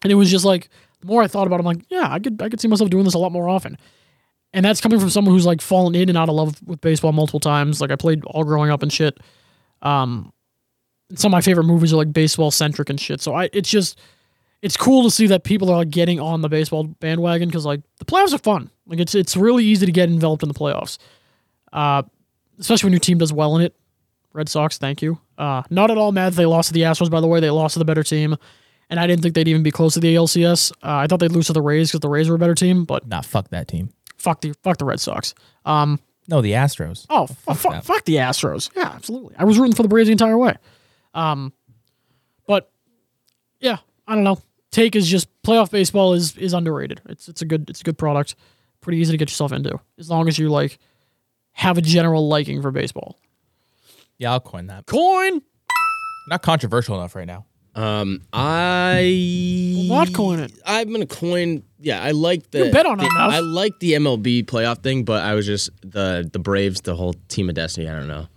and it was just like the more I thought about, it, I'm like, yeah, I could I could see myself doing this a lot more often. And that's coming from someone who's like fallen in and out of love with baseball multiple times. Like I played all growing up and shit. Um, some of my favorite movies are like baseball centric and shit. So I, it's just, it's cool to see that people are like getting on the baseball bandwagon because like the playoffs are fun. Like it's it's really easy to get enveloped in the playoffs, uh, especially when your team does well in it. Red Sox, thank you. Uh, not at all mad that they lost to the Astros. By the way, they lost to the better team, and I didn't think they'd even be close to the ALCS. Uh, I thought they'd lose to the Rays because the Rays were a better team, but
Nah, fuck that team.
fuck the fuck the Red Sox. Um,
No, the Astros.
Oh, fuck, fuck, fuck the Astros. Yeah, absolutely. I was rooting for the Braves the entire way. Um, but yeah, I don't know. Take is just playoff baseball is is underrated. It's it's a good it's a good product. Pretty easy to get yourself into as long as you like have a general liking for baseball.
Yeah, I'll coin that.
Coin,
Not controversial enough right now.
Um, I
not coin it.
I'm gonna coin. Yeah, I like the.
You bet on
the-
enough.
I like the MLB playoff thing, but I was just the the Braves, the whole team of destiny. I don't know.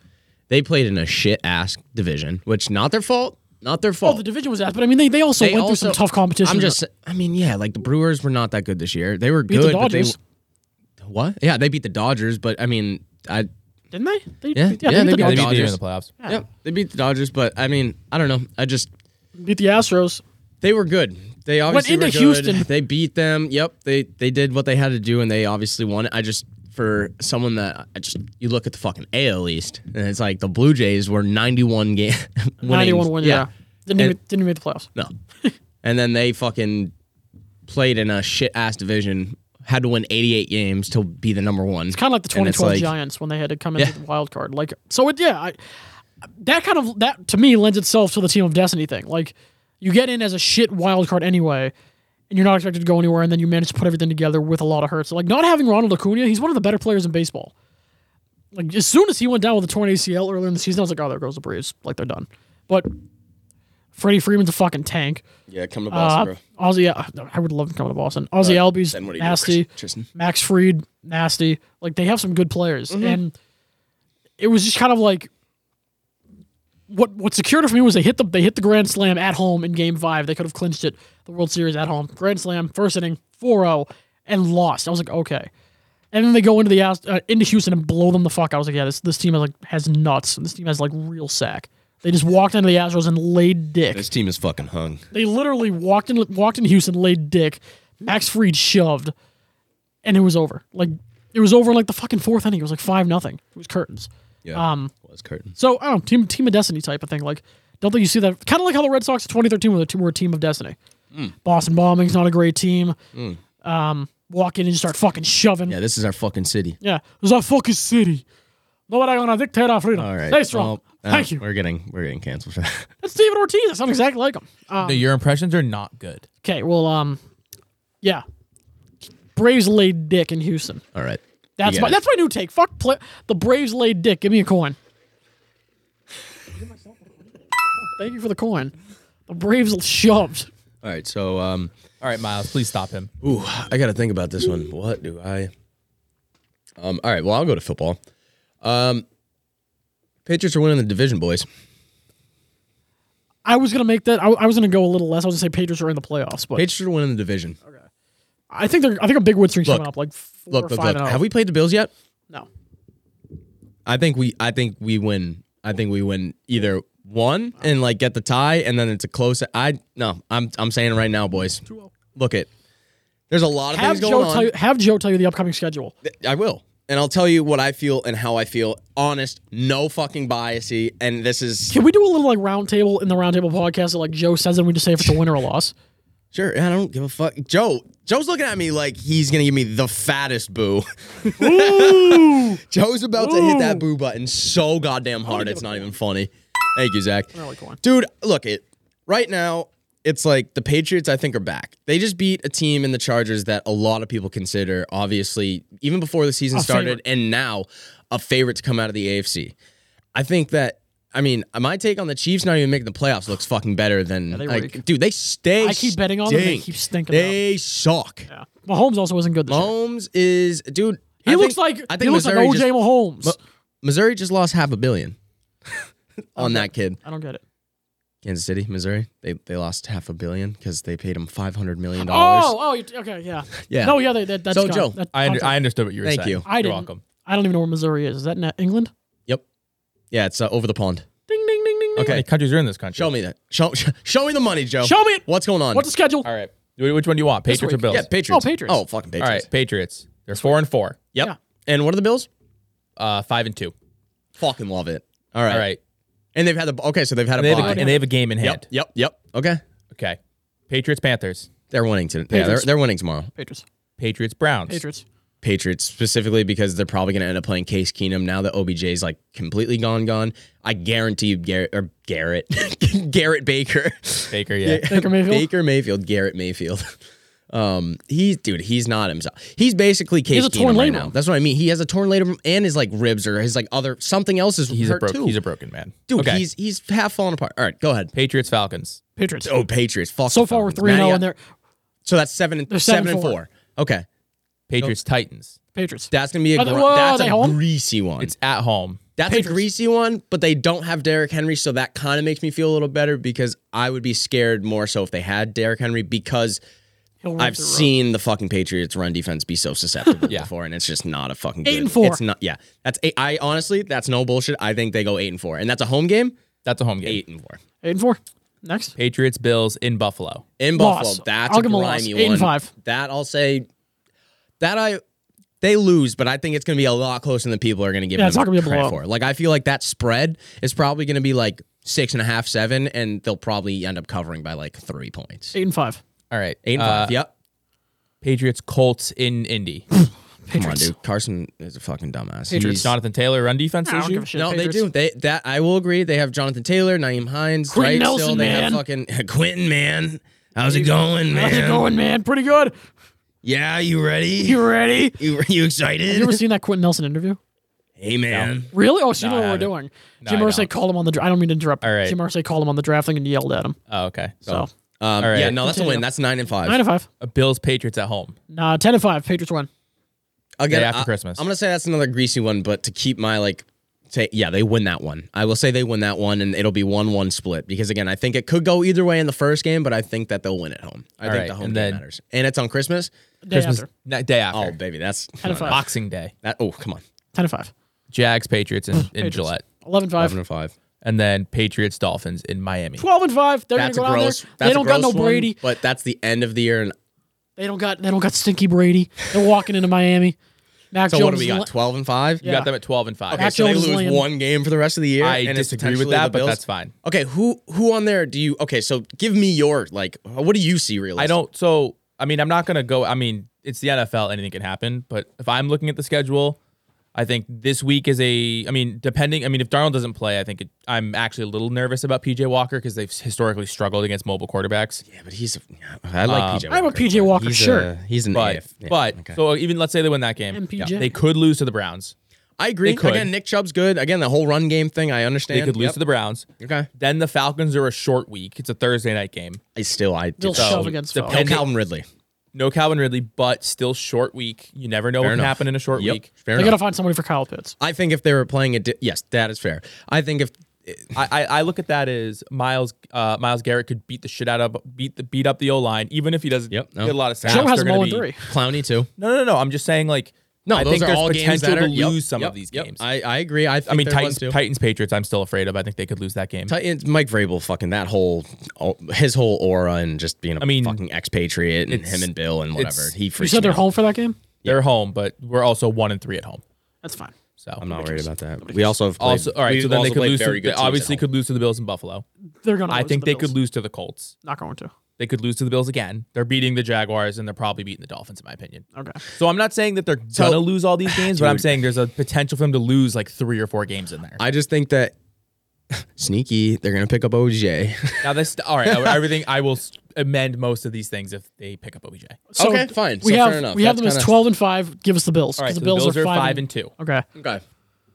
They played in a shit ass division, which not their fault. Not their
Oh,
fault.
the division was that, but I mean they, they also went through some tough competition.
I'm just. I mean, yeah, like the Brewers were not that good this year. They were
beat
good.
the Dodgers,
But they, what? Yeah, they beat the Dodgers, but I mean, I.
didn't they? they
Yeah,
beat, beat
yeah,
the
they beat
They
Dodgers,
beat the year in
Dodgers.
the playoffs.
Yeah.
Yep, they beat the Dodgers, but I mean, I don't know. I just
beat the Astros.
They were good. They obviously
into
were good.
Houston.
They beat them. Yep. They they did what they had to do, and they obviously won. it. I just for someone that I just you look at the fucking AL East, and it's like the Blue Jays were ninety one game, winning.
Ninety-one win. Yeah, didn't
And-
even, didn't even make the playoffs.
no, and then they fucking played in a shit ass division, had to win eighty eight games to be the number one.
It's kind of like the
And it's
2012
like-
Giants when they had to come in
Yeah.
with the wild card. Like so, it yeah, I, that kind of that to me lends itself to the team of destiny thing. Like you get in as a shit wild card anyway, and you're not expected to go anywhere, and then you manage to put everything together with a lot of hurts. Like not having Ronald Acuna, he's one of the better players in baseball. Like as soon as he went down with a torn ACL earlier in the season, I was like, oh, there goes the Braves. Like they're done. But Freddie Freeman's a fucking tank.
Yeah, come to
Uh, Ozzy, I would love to come to Boston. Ozzy Albies,
then what do you do,
nasty.
Tristan?
Max Fried, nasty. Like they have some good players, and it was just kind of like what what secured it for me was they hit the they hit the grand slam at home in Game Five. They could have clinched it, the World Series at home. Grand slam, first inning, 4-0, and lost. I was like, okay. And then they go into the Ast- uh, into Houston and blow them the fuck. out. I was like, yeah, this this team has like has nuts. This team has like real sack. They just walked into the Astros and laid dick.
This team is fucking hung.
They literally walked in walked in Houston, laid dick. Max Freed shoved, and it was over. Like it was over in, like the fucking fourth inning. It was like five nothing. It was curtains.
Yeah, um, was curtain.
So I don't know, team team of destiny type of thing. Like don't think you see that. Kind of like how the Red Sox in 2013 were, the team, were a team of destiny.
Mm.
Boston bombing's not a great team. Um, walk in and just start fucking shoving.
Yeah,
Yeah,
this is our fucking city.
it was our fucking city. Nobody gonna dictate our freedom.
All right,
Stay strong.
Well, uh,
Thank you.
We're getting we're getting canceled for that.
That's Steven Ortiz. That sounds exactly like him. Um,
No, your impressions are not good.
Okay, well, um, yeah, Braves laid dick in Houston.
All right.
That's
You
my
got
that's my new take. Fuck play, the Braves laid dick. Give me a coin. Thank you for the coin. The Braves shoved.
it. All right. So, um,
All right, Miles, please stop him.
ooh, I got to think about this one. What do I? Um, all right. Well, I'll go to football. Um, Patriots are winning the division, boys.
I was gonna make that. I, I was gonna go a little less. I was gonna say Patriots are in the playoffs, but
Patriots are winning the division.
I think they're. I think a big win streak's
Look,
coming up. Like four
Look,
or
look,
five
look.
and oh.
Have we played the Bills yet?
No.
I think we. I think we win. I think we win either one and like get the tie, and then it's a close. I no. I'm I'm saying right now, boys. Look it. There's a lot of
Have
things going
Joe
on.
tell you, have Joe tell you the upcoming schedule.
I will. And I'll tell you what I feel and how I feel. Honest, no fucking biasy. And this is
Can we do a little like roundtable in the roundtable podcast? That, like Joe says, and we just say if it's a win or a loss.
Sure, I don't give a fuck. Joe, Joe's looking at me like he's gonna give me the fattest boo. Joe's about to hit that boo button so goddamn hard. It's not even funny. Thank you, Zach.
don't like one.
Dude, look it. Right now, it's like the Patriots. I think are back. They just beat a team in the Chargers that a lot of people consider, obviously, even before the season started,
favorite.
and now a favorite to come out of the AFC. I think that. I mean, my take on the Chiefs not even making the playoffs looks fucking better than
they
like,
rake.
dude. They stay.
I keep betting on them, they
stink.
keep stinking
They suck.
Yeah. Mahomes also wasn't good this year.
Mahomes is dude.
He
I
looks
think-
like
I
he
think
looks
Missouri
like OJ
just,
Mahomes.
Missouri just lost half a billion on that kid.
I don't get it.
Kansas City, Missouri. They they lost half a billion because they paid him five hundred million dollars.
Oh, oh, you- okay, yeah,
Yeah.
No, yeah, they, that, that's
So,
gone.
Joe,
That-
I, under,
I'm sorry.
I understood what you were
Thank
saying.
you.
I
You're
didn't-
welcome.
I don't even know where Missouri is. Is that in England?
Yep. Yeah, it's uh, over the pond.
Ding, ding, ding, ding, ding.
How many countries are in this country?
Show me that. Show show me the money, Joe.
Show me it.
What's going on?
What's the schedule?
All right. Wh- Which one do you want? Patriots or
week.
Bills?
yeah, Patriots.
Oh, Patriots.
Oh, fucking
All
Patriots.
right, Patriots. They're four and four.
Yep.
Yeah.
And what are the Bills?
Uh, five and two.
Fucking love it. All right.
All right.
And they've had the okay, so they've had a
And they have a,
bye.
and they have a game in hand.
yep. Yep. Yep. Okay.
Okay. Patriots Panthers.
They're winning today. Yeah, they're,
Patriots.
they're winning tomorrow.
Patriots.
Patriots Browns.
Patriots.
Patriots specifically because they're probably going to end up playing Case Keenum now that OBJ's like completely gone, gone. I guarantee you, Garrett or Garrett, Garrett Baker,
Baker. Yeah.
Baker Mayfield.
Baker Mayfield, Garrett Mayfield. Um, he's dude, he's not himself. He's basically Case
has a
Keenum
torn
right
labrum.
now. That's what I mean. He has a torn labrum and his like ribs or his like other something else is
He's a
hurt
broke.
too.
He's a broken man.
dude,
Okay.
he's he's half falling apart. All right, go ahead.
Patriots Falcons.
Patriots.
Oh, Patriots. Fuck
So
the
far we're
Falcons.
three and oh
Now you
zero,
got-
and they're
So that's seven and
They're
seven,
seven
and
and
four.
four.
Okay,
Patriots Titans.
Patriots.
that's gonna be a
Are they-
gr-
whoa,
that's
are
a
they home?
greasy one.
It's at home.
That's a greasy one, but they don't have Derrick Henry, so that kind of makes me feel a little better because I would be scared more so if they had Derrick Henry because
He'll run
I've
through
seen the fucking Patriots run defense be so susceptible
Yeah.
before, and it's just not a fucking
Eight
good-
and four.
It's not, yeah, that's eight. I honestly, that's no bullshit. I think they go eight and four, and that's a home game.
That's a home game.
Eight and four
Eight and four. Next.
Patriots Bills in Buffalo.
in
Loss.
Buffalo. That's
I'll
a
give 'em a loss.
grimy
Eight
one.
and five.
That I'll say. That I. They lose, but I think it's going to be a lot closer than people are going to give
Yeah,
them
it's not gonna be a
credit
blowout.
for. Like I feel like that spread is probably going to be like six and a half, seven, and they'll probably end up covering by like three points.
Eight and five.
All right.
Eight and five.
Uh,
Yep.
Patriots Colts in Indy.
Come on, dude. Carson is a fucking
Patriots.
dumbass. He's-
Jonathan Taylor run defense
I don't
issue.
give a shit.
No,
Patriots.
they do. They that I will agree. They have Jonathan Taylor, Naeem Hines,
Quentin
right? Still,
Nelson,
they
man.
have fucking Quentin, man. How's it going, man?
How's it going, man? Pretty good.
Yeah, you ready?
You ready?
You, you excited?
You ever seen that Quentin Nelson interview?
hey, man.
Really? Oh, so you
No,
know
I
what we're
haven't.
doing.
No,
Jim
I
Irsay
don't.
called him on the. dra- I don't mean to interrupt.
All right.
Jim Irsay called him on the draft thing and yelled at him.
Oh, okay.
So
Um,
All right.
Yeah, no, that's the
Continue.
win. That's nine and five.
nine and five.
Uh, Bills Patriots at home.
Nah, ten and five. Patriots won.
Again,
Day after
I-
Christmas.
I'm gonna say that's another greasy one, but to keep my like, say yeah, they win that one. I will say they win that one, and it'll be one-one split because again, I think it could go either way in the first game, but I think that they'll win at home. I
All
think
right,
the home
and
game
then-
matters, and it's on Christmas.
Day after.
Na- day after.
Oh baby, that's
Ten and five.
Boxing Day.
that. Oh come on,
Ten and five.
Jags Patriots in, in Gillette.
Eleven and five.
eleven and five.
And then Patriots Dolphins in Miami.
Twelve and five. They're
That's a
gonna go down
gross.
there.
That's
They
a
don't got no
gross one,
Brady.
but that's the end of the year, and
They don't got. They don't got stinky Brady. They're walking into Miami. Mac
so
Jones.
what do we
is
got?
la-
Twelve and five.
You
Yeah.
got them at 12 and 5.
Okay, so they
Jones is
lose
laying-
one game for the rest of the year.
I
and it's
disagree with
potentially
that,
the
but
Bills?
that's fine.
Okay, who who on there do you? Okay, so give me your like. What do you see realistically?
I don't. So I mean, I'm not gonna go. I mean, it's the NFL. Anything can happen. But if I'm looking at the schedule, I think this week is a. I mean, depending. I mean, if Darnold doesn't play, I think it, I'm actually a little nervous about PJ Walker because they've historically struggled against mobile quarterbacks.
Yeah, but he's. I like PJ.
Um, I have a
Walker,
PJ
but
Walker
he's
shirt.
a- he's an
But
AF. Yeah,
but
okay.
so even let's say they win that game,
MPJ.
they could lose to the Browns.
I agree.
they could.
Again, Nick Chubb's good. Again, the whole run game thing, I understand.
They could lose
Yep.
to the Browns.
Okay.
Then the Falcons are a short week. It's a Thursday night game.
I still I
They'll
do.
So,
shove against.
the
Philly.
Pen-
no
and they-
Calvin Ridley.
No Calvin Ridley, but still short week. You never know what can
enough.
happen in a short
Yep.
week.
Fair
They
enough.
gotta find somebody for Kyle Pitts.
I think if they were playing it, di- yes, that is fair. I think if
I, I I look at that as Miles uh, Miles Garrett could beat the shit out of beat the beat up the O line, even if he doesn't
Yep, no.
get a lot of sacks.
Joe has
they're
them
gonna
all in
be-
three.
Clowney too.
No, no, no. I'm just saying like
No,
I
those
think
are
there's
all games
potential
that are
to
yep,
lose some
yep,
of these
yep.
games. I,
I, I agree. I, think
mean
there was
Titans
too.
Titans Patriots. I'm still afraid of. I think they could lose that game.
Titans, Mike Vrabel, fucking that whole, all, his whole aura and just being a
mean,
fucking expatriate and him and Bill and whatever.
it's-
He
You
freaks
said
me
they're
out.
home for that game.
They're home, but we're also one and three at home.
That's fine.
So
I'm not worried about that. We also have played,
also all right.
we've
So then they
also
could
played
lose. To,
very good
they
teams at
obviously
home.
could lose to the Bills in Buffalo.
They're gonna.
I
lose to
think
the
they
Bills.
could lose to the Colts.
Not going to.
They could lose to the Bills again. They're beating the Jaguars and they're probably beating the Dolphins, in my opinion.
Okay.
So I'm not saying that they're gonna lose all these games, but I'm saying there's a potential for them to lose like three or four games in there.
I just think that sneaky, they're gonna pick up OJ.
now this, all right, everything. I will s- amend most of these things if they pick up OBJ.
So
Okay, fine.
We
So
have
fair enough.
we have
That's
them as
kinda-
twelve and five. Give us the Bills
All right,
because
so
the, Bills are five,
and two.
Okay.
okay.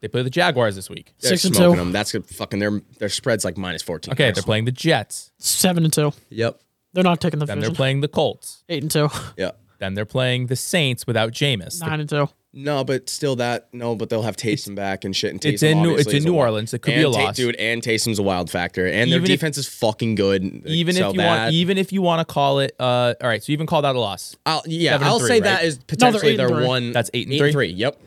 They play the Jaguars this week.
They're
Six and
smoking
two.
Them. That's good. fucking their their spread's like minus fourteen.
Okay,
Nice.
they're playing the Jets.
Seven and two.
Yep.
They're not taking the
Then they're
division.
playing the Colts.
Eight and two.
Yep.
Then they're playing the Saints without Jameis.
Nine and two.
No, but still that no, but they'll have Taysom back and shit. And Taysom
it's in New- it's
obviously
in
is
New
a wild-
Orleans. It could be
and
a
Ta-
loss.
dude. And Taysom's a wild factor, and
Even
their
if-
defense is fucking good.
even
so
if you
that,
want, even if you want to call it, uh, all right. So you even call that a loss.
I'll, yeah,
seven and
I'll
three,
say that
right?
is potentially
eight
their
and three.
one.
That's eight and three?
Yep.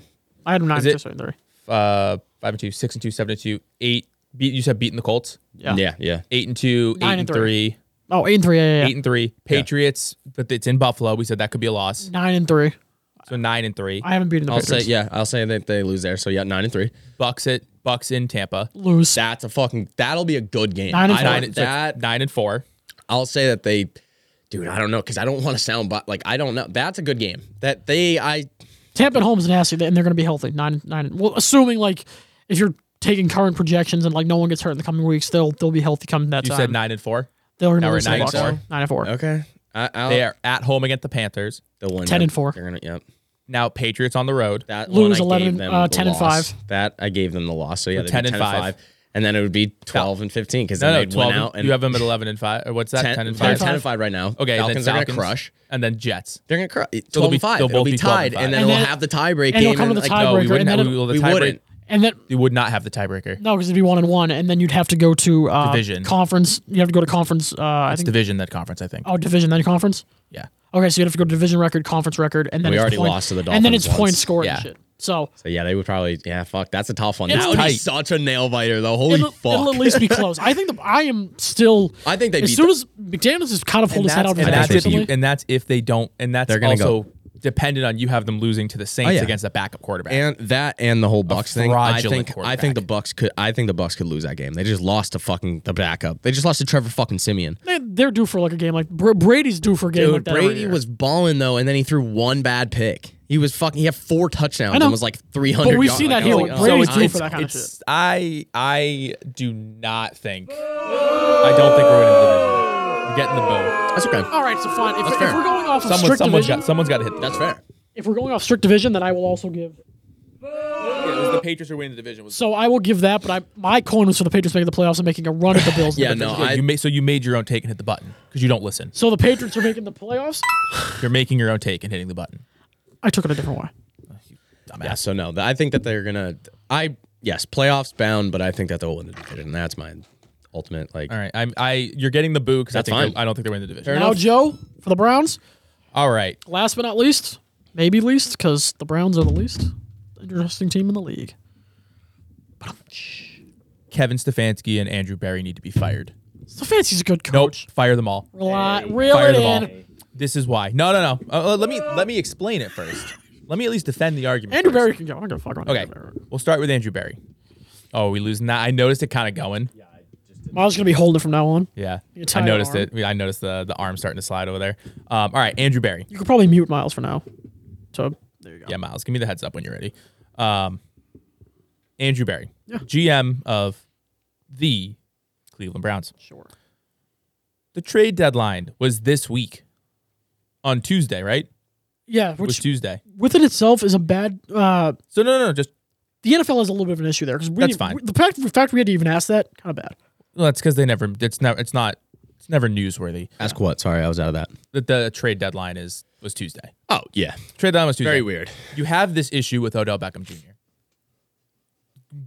I had them nine
Is
and two,
it-
seven and three.
Uh, five and two, six and two, seven and two, eight. Beat you said beating the Colts.
Yeah.
Yeah. Yeah.
Eight and two,
Nine
eight
and
and
three.
three,
Oh, eight and three. Yeah, yeah, yeah.
eight and three. Patriots, but it's in Buffalo. We said that could be a loss.
Nine and three.
So nine and three.
I haven't beaten the
I'll say
Patriots.
yeah. I'll say that they lose there. So yeah, nine and three.
Bucks it. Bucks in Tampa.
Lose.
That's a fucking. That'll be a good game.
Nine and
I
four.
Nine
don't-
and, so it's
that
nine and four.
I'll say that they, dude. I don't know because I don't want to sound, but like I don't know. That's a good game. That they. I
Tampa and Holmes and nasty, and they're going to be healthy. Nine, nine. Well, assuming like if you're taking current projections and like no one gets hurt in the coming weeks, they'll they'll be healthy come that
You
time.
said nine and four.
They're going
now
to
we're
lose to
nine
the
and
Bucks.
four.
Nine and four.
okay. I, I'll,
They are at home against the Panthers.
the one
10
that-
and four.
They're gonna yep.
Now Patriots on the road.
That
Lose
one I
11,
gave them
uh,
the
10 and
loss.
five.
That I gave them the loss. So yeah, they'd be
10 and five.
and then it would be twelve and fifteen because
No,
then
no,
they'd
twelve.
win out and
you have them at eleven and five. Or what's that?
10,
Ten, and
they're
five.
10 and five right now.
Okay,
Falcons
then
are
Falcons,
gonna crush.
and then Jets.
They're gonna crush.
they'll
Twelve
be-
and five.
they'll
It'll
both
be
be 12 and
tied, and
five.
then
And
we'll
then-
have the tiebreak
and
game.
it'll come to the
like,
tie-
No, we
Tiebreaker, and
wouldn't. Have,
then
we,
it-
will the
we
tiebreaker.
wouldn't.
And then
We would not have the tiebreaker.
no, because it'd be one and one, and then you'd have to go to uh,
Division.
conference. You have to go to conference. Uh, I
It's
think
division that conference, I think.
oh division then conference.
Yeah.
Okay, so you'd have to go to division record, conference record, and then
We
it's
already
point-
lost to the
And then
Dolphins
it's point
once.
scoring
Yeah.
shit. So
so yeah, they would probably. Yeah, fuck. That's a tough one.
It's
That would
tight.
be such a nail biter though. Holy
it'll,
fuck.
it'll at least be close. I think the, I am still.
I think they
as
beat
soon
them.
as McDaniel's has kind of hold his head out.
and
for
I
that's
think
if
they
recently.
you, and that's if they don't and that's
They're gonna
also dependent on you have them losing to the Saints
yeah.
against a backup quarterback.
and that and the whole Bucks thing. I
fraudulent
think I
quarterback.
think the Bucks could. I think the Bucks could lose that game. They just lost to fucking the backup. They just lost to Trevor fucking Simeon.
They, they're due for like a game like Br- Brady's due for a game like
Dude,
that. every
Brady
year.
was balling though, and then he threw one bad pick. He was fucking. He had four touchdowns
know.
and was like three hundred. oh
But we've seen that here with Brady's due for that kind of
it's,
shit.
I I do not think I don't think we're winning the division. We're getting the bow.
That's okay.
All right, so fine. If, if
fair.
we're going off of
Someone
strict
someone's
division,
got someone's got to hit. The,
That's fair.
if we're going off strict division, then I will also give.
yeah, it was the Patriots are winning the division. Was,
So I will give that, but I my coin was for the Patriots making the playoffs and making a run at the Bills. in the
Yeah,
division.
no,
yeah,
I,
you made so you made your own take and hit the button because you don't listen.
So the Patriots are making the playoffs.
You're making your own take and hitting the button.
I took it a different way.
Dumbass.
yeah. So no, th- I think that they're gonna. I yes, playoffs bound, but I think that they'll win the division. That's my ultimate like.
All right, I'm I you're getting the boo because I
That's
think
fine.
they're- I don't think they're winning the division.
Now Joe for the Browns.
All right,
Last but not least, maybe least because the Browns are the least interesting team in the league.
Kevin Stefanski and Andrew Barry need to be fired.
Stefanski's a good
Nope,
coach.
fire them all.
Rely, reel
Fire
it
them all.
in.
This is why. No, no, no. Uh, uh, let me let me explain it first. Let me at least defend the argument.
Andrew
first.
Barry can go. I'm gonna fuck on
Okay,
Andrew Barry.
we'll start with Andrew Barry. Oh, we losing that. I noticed it kind of going. Yeah,
Miles is gonna be holding it from now on. Your
I
tired
noticed
arm.
it. I noticed the the arm starting to slide over there. Um, all right, Andrew Barry.
You could probably mute Miles for now. So there you go.
Yeah, Miles, give me the heads up when you're ready. Um, Andrew Barry, GM of the Cleveland Browns.
Sure.
The trade deadline was this week on Tuesday, right?
Yeah,
It was
which
Tuesday.
within itself is a bad. Uh,
So no, no, no. Just
the NFL has a little bit of an issue there because
That's fine.
the fact the fact we had to even ask that kind of bad.
well, that's because they never. It's not. It's not. It's never newsworthy.
Ask what? Sorry, I was out of that.
That the trade deadline is was Tuesday.
Oh yeah,
Trade deadline was Tuesday.
very weird.
You have this issue with Odell Beckham Jr.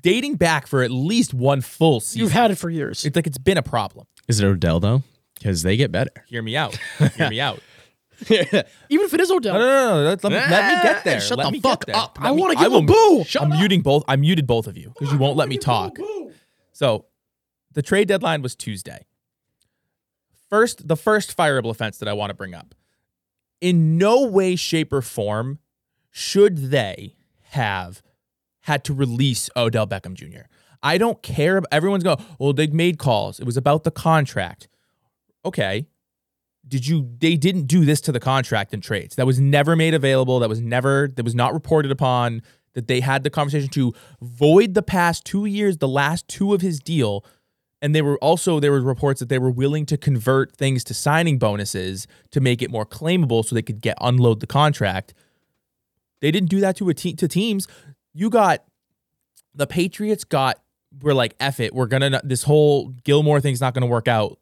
Dating back for at least one full
You've
season.
had it for years.
it's like it's been a problem.
Is it Odell though? Because they get better.
Hear me out. Hear me out.
even if it is Odell,
No, no, no, no. Let, let, me, let me get there.
Shut
Let
the
me
fuck
get there.
up.
Let
I
me-
want to give
will-
him boo.
I'm muting both. I muted both of you because you won't let me talk. So the trade deadline was Tuesday. First, the first fireable offense that I want to bring up. In no way, shape, or form should they have had to release Odell Beckham Jr. I don't care. Everyone's going, well, they made calls. It was about the contract. Okay. did you they didn't do this to the contract in trades that was never made available that was never that was not reported upon that they had the conversation to void the past two years the last two of his deal and they were also there were reports that they were willing to convert things to signing bonuses to make it more claimable so they could get unload the contract they didn't do that to a te- to teams you got the patriots got we're like F it we're gonna this whole gilmore thing's not gonna work out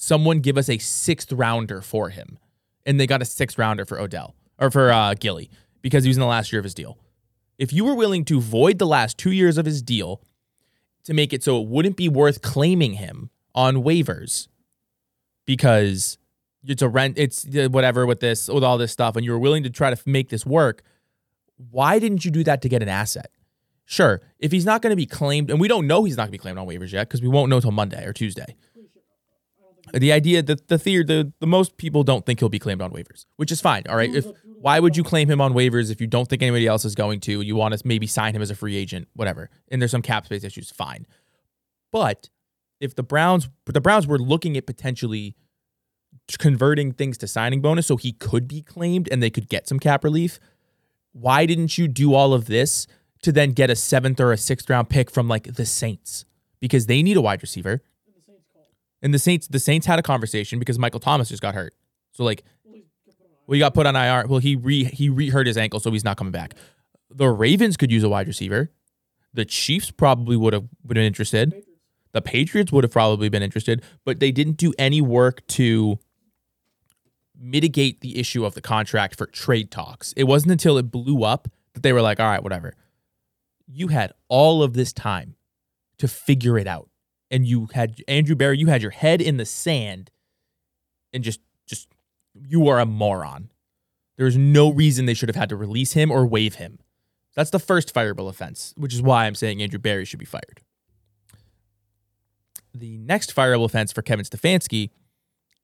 someone give us a sixth rounder for him. And they got a sixth rounder for Odell or for uh, Gilly because he was in the last year of his deal. If you were willing to void the last two years of his deal to make it so it wouldn't be worth claiming him on waivers because it's a rent, it's uh, whatever with this, with all this stuff, and you were willing to try to make this work, why didn't you do that to get an asset? Sure, if he's not going to be claimed, and we don't know he's not going to be claimed on waivers yet because we won't know till Monday or Tuesday the idea that the theory the, the most people don't think he'll be claimed on waivers which is fine all right if why would you claim him on waivers if you don't think anybody else is going to you want to maybe sign him as a free agent whatever and there's some cap space issues fine but if the browns but the browns were looking at potentially converting things to signing bonus so he could be claimed and they could get some cap relief why didn't you do all of this to then get a seventh or a sixth round pick from like the saints because they need a wide receiver and the Saints, the Saints had a conversation because Michael Thomas just got hurt. So like, well, he got put on IR. Well, he re he re hurt his ankle, so he's not coming back. The Ravens could use a wide receiver. The Chiefs probably would have been interested. The Patriots would have probably been interested, but they didn't do any work to mitigate the issue of the contract for trade talks. It wasn't until it blew up that they were like, all right, whatever. You had all of this time to figure it out and you had Andrew Barry, you had your head in the sand and just just you are a moron. There's no reason they should have had to release him or waive him. That's the first fireable offense, which is why I'm saying Andrew Barry should be fired. The next fireable offense for Kevin Stefanski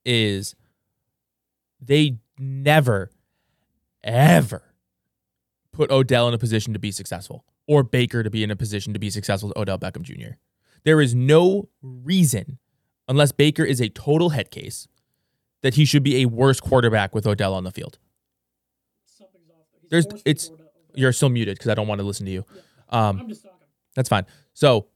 is they never ever put Odell in a position to be successful or Baker to be in a position to be successful to Odell Beckham Jr. There is no reason, unless Baker is a total head case, that he should be a worse quarterback with Odell on the field. There's it's you're still muted because I don't want to listen to you. Um, that's fine. So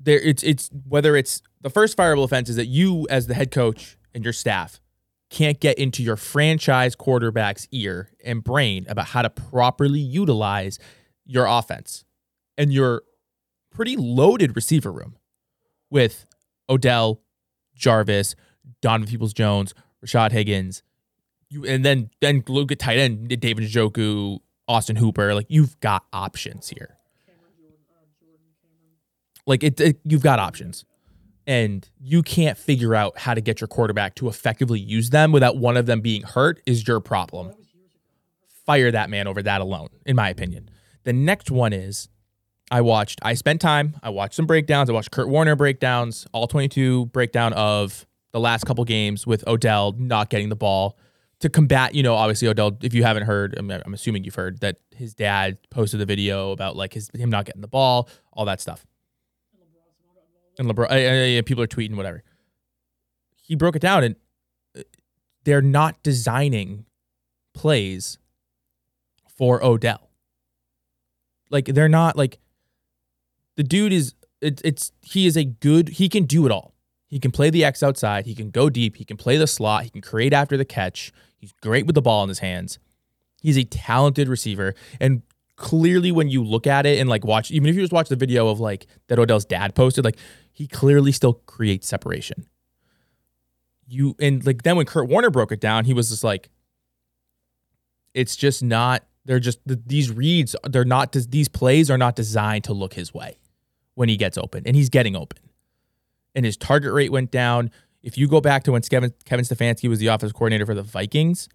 there it's it's whether it's the first fireable offense is that you as the head coach and your staff can't get into your franchise quarterback's ear and brain about how to properly utilize your offense and your pretty loaded receiver room with Odell, Jarvis, Donovan Peoples Jones, Rashad Higgins, you and then then look at tight end David Njoku, Austin Hooper. Like you've got options here. Like it, it you've got options. And you can't figure out how to get your quarterback to effectively use them without one of them being hurt is your problem. Fire that man over that alone, in my opinion. The next one is I watched, I spent time, I watched some breakdowns. I watched Kurt Warner breakdowns, all 22 breakdown of the last couple games with Odell not getting the ball to combat, you know, obviously Odell, if you haven't heard, I'm, I'm assuming you've heard that his dad posted the video about like his, him not getting the ball, all that stuff. And LeBron, uh, uh, people are tweeting, whatever. He broke it down and uh, they're not designing plays for Odell. Like they're not like, the dude is it, it's he is a good he can do it all he can play the x outside he can go deep he can play the slot he can create after the catch he's great with the ball in his hands he's a talented receiver and clearly when you look at it and like watch even if you just watch the video of like that odell's dad posted like he clearly still creates separation you and like then when kurt warner broke it down he was just like it's just not they're just th- these reads they're not these plays are not designed to look his way when he gets open, and he's getting open. And his target rate went down. If you go back to when Kevin, Kevin Stefanski was the offense coordinator for the Vikings,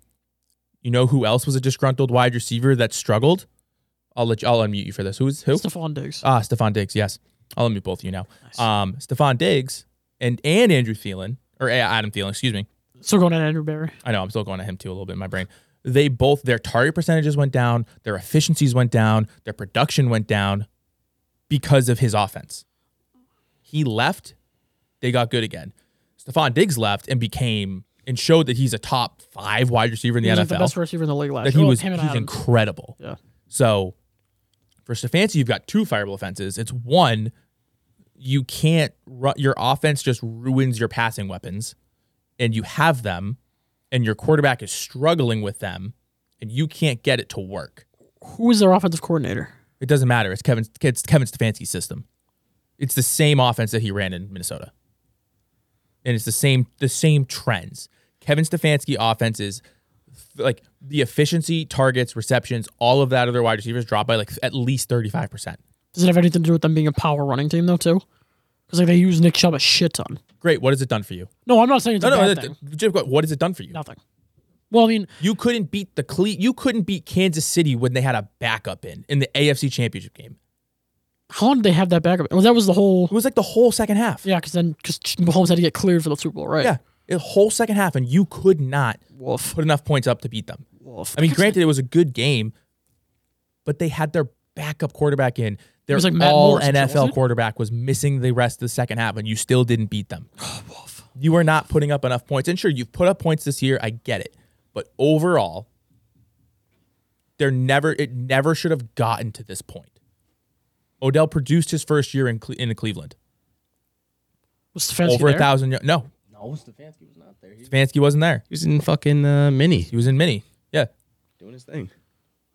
you know who else was a disgruntled wide receiver that struggled? I'll let you, I'll unmute you for this. Who's who?
Stephon Diggs.
Ah, Stephon Diggs. Yes, I'll unmute both of you now. Um, Stephon Diggs and and Andrew Thielen or uh, Adam Thielen. Excuse me.
Still going at Andrew Barry.
I know I'm still going at him too a little bit in my brain. They both their target percentages went down, their efficiencies went down, their production went down because of his offense. He left, they got good again. Stephon Diggs left and became and showed that he's a top five wide receiver in the
He was
NFL.
like the best receiver in the league last
that
year.
he
Well,
was
him and
he's
Adams.
incredible.
Yeah.
So for Stefanski, you've got two fireable offenses. It's one, you can't ru- your offense just ruins your passing weapons, and you have them, and your quarterback is struggling with them, and you can't get it to work.
Who is their offensive coordinator?
It doesn't matter. It's Kevin it's Kevin Stefanski's system. It's the same offense that he ran in Minnesota. And it's the same the same trends. Kevin Stefanski offense is like the efficiency, targets, receptions, all of that other wide receivers drop by like at least 35%.
Does it have anything to do with them being a power running team though too? Because like they use Nick Chubb a shit ton.
Great. What has it done for you?
No, I'm not saying it's
No,
a bad
no,
thing.
that- Jim, what what has it done for you?
Nothing. Well, I mean,
You couldn't beat the Cle- you couldn't beat Kansas City when they had a backup in in the AFC Championship game.
how long did they have that backup? Well, that was the whole.
It was like the whole second half.
Yeah, because then because Mahomes had to get cleared for the Super Bowl, right?
Yeah. The whole second half and you could not
Woof.
put enough points up to beat them.
Woof.
I mean, granted, it was a good game, but they had their backup quarterback in. Their
was like Matt
all
Morris, wasn't
NFL
it?
quarterback was missing the rest of the second half, and you still didn't beat them. you are not putting up enough points. And sure, you've put up points this year. I get it. But overall, they're never it never should have gotten to this point. Odell produced his first year in Cle- in Cleveland.
was Stefanski
Over a
there?
thousand. y- No,
No, Stefanski was not there. He's
Stefanski wasn't there.
He was in fucking uh, mini,
He was in mini. Yeah,
doing his thing.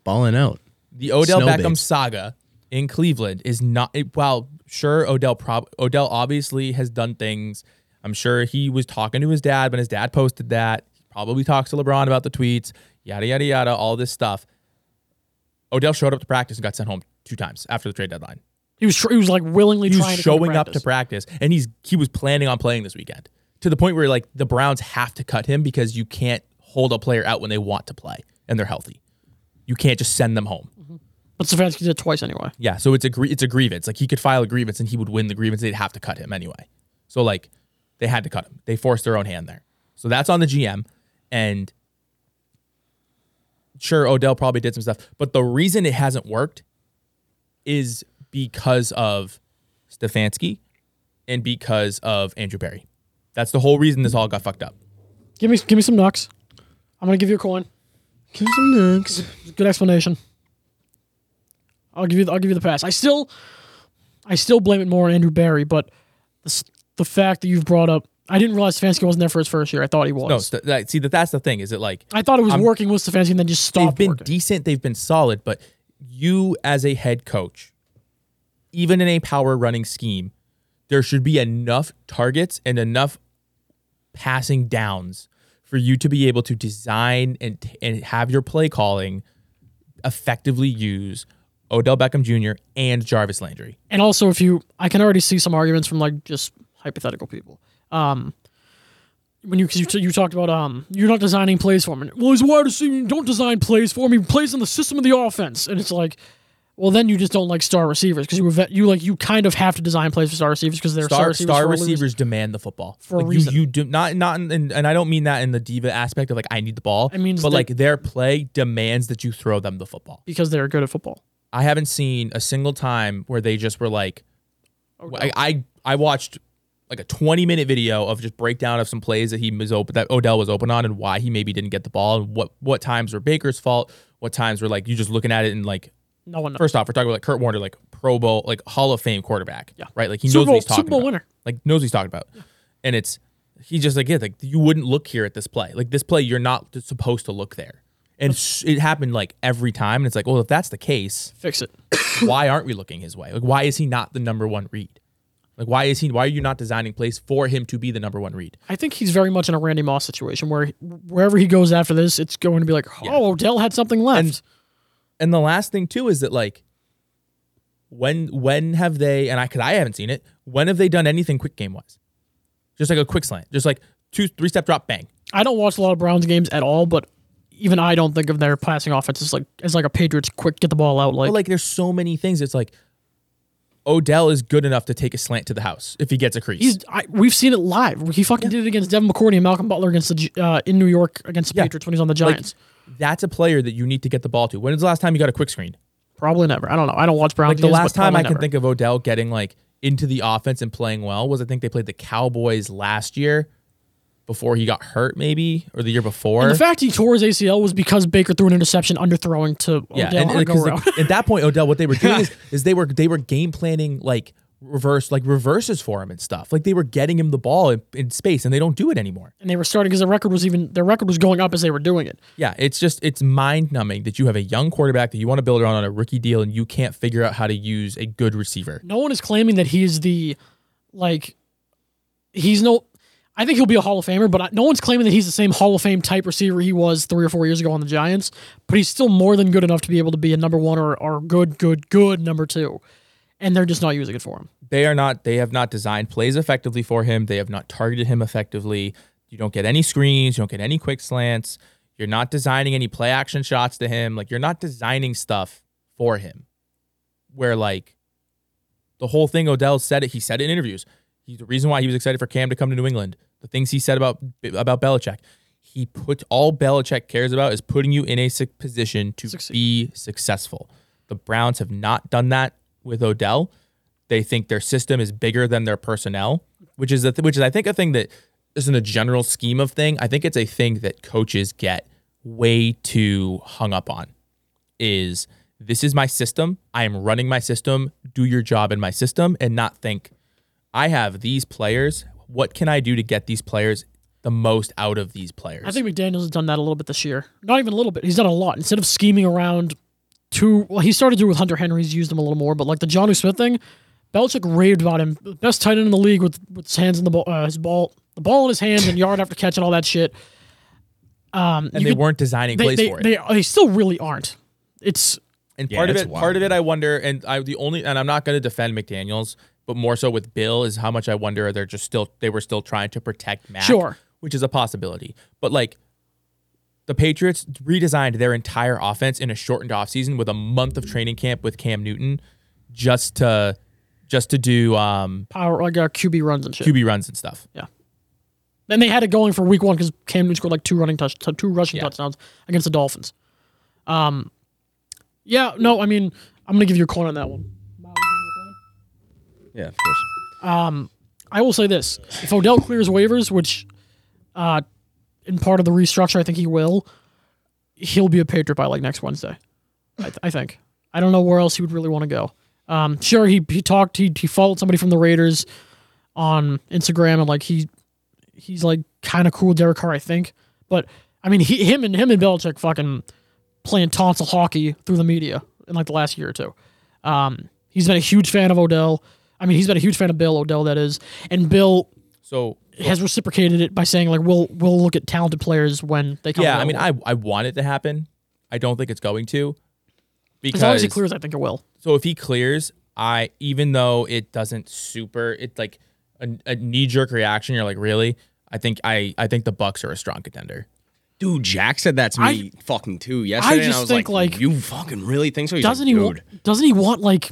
balling out.
the Odell
Snow
Beckham
babes.
saga in Cleveland is not it, while sure Odell prob Odell obviously has done things. I'm sure he was talking to his dad when his dad posted that. He probably talks to LeBron about the tweets, yada yada yada, all this stuff. Odell showed up to practice and got sent home two times after the trade deadline.
He was tr- he was like willingly
He was
trying to come
showing up to practice and he's he was planning on playing this weekend to the point where like the Browns have to cut him because you can't hold a player out when they want to play and they're healthy. You can't just send them home.
but Stefanski did it twice anyway.
Yeah, so it's a gr- it's a grievance. Like he could file a grievance and he would win the grievance. They'd have to cut him anyway. So like they had to cut him. They forced their own hand there. So that's on the GM and sure Odell probably did some stuff, but the reason it hasn't worked is because of Stefanski and because of Andrew Berry. That's the whole reason this all got fucked up.
Give me give me some knocks. I'm gonna give you a coin.
Give some nooks.
Good explanation. I'll give you. The, I'll give you the pass. I still, I still blame it more on Andrew Barry, but the, s- the fact that you've brought up, I didn't realize Stefanski wasn't there for his first year. I thought he was.
No, st- that, see that that's the thing. Is it like
I thought it was working with Stefanski and then just
they've
stopped
been
working.
decent, they've been solid, but you as a head coach, even in a power running scheme, there should be enough targets and enough passing downs for you to be able to design and and have your play calling effectively use Odell Beckham Jr. and Jarvis Landry.
and also, if you, I can already see some arguments from like just hypothetical people. Um, when you 'cause you, t- you talked about um, you're not designing plays for him. Well, he's a wide receiver. You don't design plays for him. He plays in the system of the offense, and it's like. Well, then you just don't like star receivers because you vet, you like you kind of have to design plays for star receivers because they're star,
Star,
receivers.
star
for a reason.
receivers demand the football
For a
Like,
reason.
You, you do not not in, in- and I don't mean that in the diva aspect of like I need the ball.
I mean,
but
they-
like their play demands that you throw them the football.
because they're good at football.
I haven't seen a single time where they just were like,
Oh,
I, I I watched like a 20 minute video of just breakdown of some plays that he was open that Odell was open on and why he maybe didn't get the ball and what what times were Baker's fault, what times were like you just looking at it and like
No one knows.
first off we're talking about like Kurt Warner like Pro Bowl like Hall of Fame quarterback,
Yeah.
right? Like he
Super
knows
Bowl-
what he's talking
Super Bowl
about.
winner.
like knows what he's talking about, and it's he just like yeah like you wouldn't look here at this play like this play you're not supposed to look there, and s- it happened like every time and it's like well if that's the case
Fix it.
why aren't we looking his way? Like, why is he not the number one read? Like, why is he? Why are you not designing plays for him to be the number one read?
I think he's very much in a Randy Moss situation where wherever he goes after this, it's going to be like, oh, Odell had something left.
And- And the last thing too is that like, when when have they? And I could I haven't seen it. When have they done anything quick game wise? Just like a quick slant, just like two three step drop, bang.
I don't watch a lot of Browns games at all, but even I don't think of their passing offense as like as like a Patriots quick get the ball out like.
But like, there's so many things. It's like Odell is good enough to take a slant to the house if he gets a crease.
He's, I, we've seen it live. He fucking did it against Devin McCourty and Malcolm Butler against the Gi- uh, in New York against the
Yeah.
Patriots when he's on the
like,
Giants.
that's a player that you need to get the ball to. When was the last time you got a quick screen?
probably never. I don't know. I don't watch Browns.
Like the
games,
last
but
time I
probably
can
never.
think of Odell getting like into the offense and playing well was I think they played the Cowboys last year before he got hurt, maybe or the year before.
And the fact he tore his ACL was because Baker threw an interception underthrowing to
yeah,
Odell
and,
on a
and 'cause,
go-round.
like, at that point, Odell, what they were doing is, is they were they were game planning like reverse like reverses for him and stuff. Like they were getting him the ball in, in space, and they don't do it anymore.
and they were starting because their record was even their record was going up as they were doing it.
Yeah, it's just it's mind numbing that you have a young quarterback that you want to build around on a rookie deal, and you can't figure out how to use a good receiver.
No one is claiming that he's the like he's no. I think he'll be a Hall of Famer, but I, no one's claiming that he's the same Hall of Fame type receiver he was three or four years ago on the Giants. But he's still more than good enough to be able to be a number one or or good, good, good number two. And they're just not using it for him.
They are not. They have not designed plays effectively for him. They have not targeted him effectively. You don't get any screens. You don't get any quick slants. You're not designing any play action shots to him. Like you're not designing stuff for him. Where like the whole thing, Odell said it. He said it in interviews. He's the reason why he was excited for Cam to come to New England. The things he said about about Belichick. He put all Belichick cares about is putting you in a su- position to
Succeed.
be successful. The Browns have not done that with Odell. They think their system is bigger than their personnel, which is a th- which is I think a thing that isn't a general scheme of thing. I think it's a thing that coaches get way too hung up on. Is this is my system? I am running my system. Do your job in my system, and not think I have these players. What can I do to get these players the most out of these players?
I think McDaniels has done that a little bit this year. Not even a little bit. He's done a lot. Instead of scheming around two, well, he started to with Hunter Henry. He's used him a little more, but like the Johnny Smith thing, Belichick raved about him. Best tight end in the league with, with his hands in the ball, uh, his ball, the ball in his hands and yard after catch and all that shit. Um,
and
you
they
could-
weren't designing
they,
plays
they,
for it.
they, uh, they still really aren't. It's
And
Yeah,
part of
that's
it,
wild,
part of it, I wonder, and I the only, and I'm not going to defend McDaniel's, but more so with Bill is how much I wonder they're just still they were still trying to protect Mac,
Sure.
which is a possibility. But like, the Patriots redesigned their entire offense in a shortened offseason with a month of training camp with Cam Newton, just to just to do um,
power, like uh, QB runs and shit.
QB runs and stuff.
And they had it going for week one because Cam Newton scored like two running touch, t- two rushing
Yeah.
touchdowns against the Dolphins. Um, yeah, no, I mean, I'm gonna give you a corner on that one.
Yeah, of course.
I will say this: if Odell clears waivers, which, uh, in part of the restructure, I think he will, he'll be a Patriot by like next Wednesday. I, th- I think. I don't know where else he would really want to go. Um, sure, he he talked, he he followed somebody from the Raiders on Instagram, and like he he's like kind of cool, with Derek Carr, I think. But I mean, he him and him and Belichick fucking playing tonsil hockey through the media in like the last year or two. Um, he's been a huge fan of Odell. I mean, he's been a huge fan of Bill Odell, that is, and Bill
So
has reciprocated it by saying like we'll we'll look at talented players when they come.
yeah, I mean,
available.
I I want it to happen. I don't think it's going to. Because
as long as he clears, I think it will.
So if he clears, I even though it doesn't super, it's like a, knee jerk reaction. You're like, really? I think I I think the Bucks are a strong contender.
Dude, Jack said that to me fucking too yesterday. and
just
I was
think,
like,
like,
you fucking really think so? He's
Doesn't
like,
he?
Dude.
Want, doesn't he want like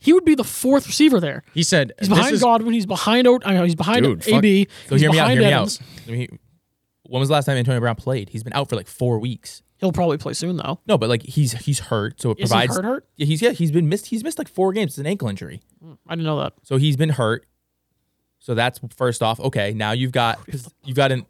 he would be the fourth receiver there?
He said,
He's
this
behind
is-
Godwin. He's behind. O- I know he's behind
Dude, fuck.
AB.
So
he's
hear me out.
behind
Hear me
Evans.
out. I mean, he- when was the last time Antonio Brown played? He's been out for like four weeks.
He'll probably play soon though.
No, but like he's he's hurt, so it
Is he
provides
hurt hurt?
Yeah, he's yeah he's been missed. He's missed like four games. It's an ankle injury,
I didn't know that.
so he's been hurt. So that's first off. Okay, now you've got you've got an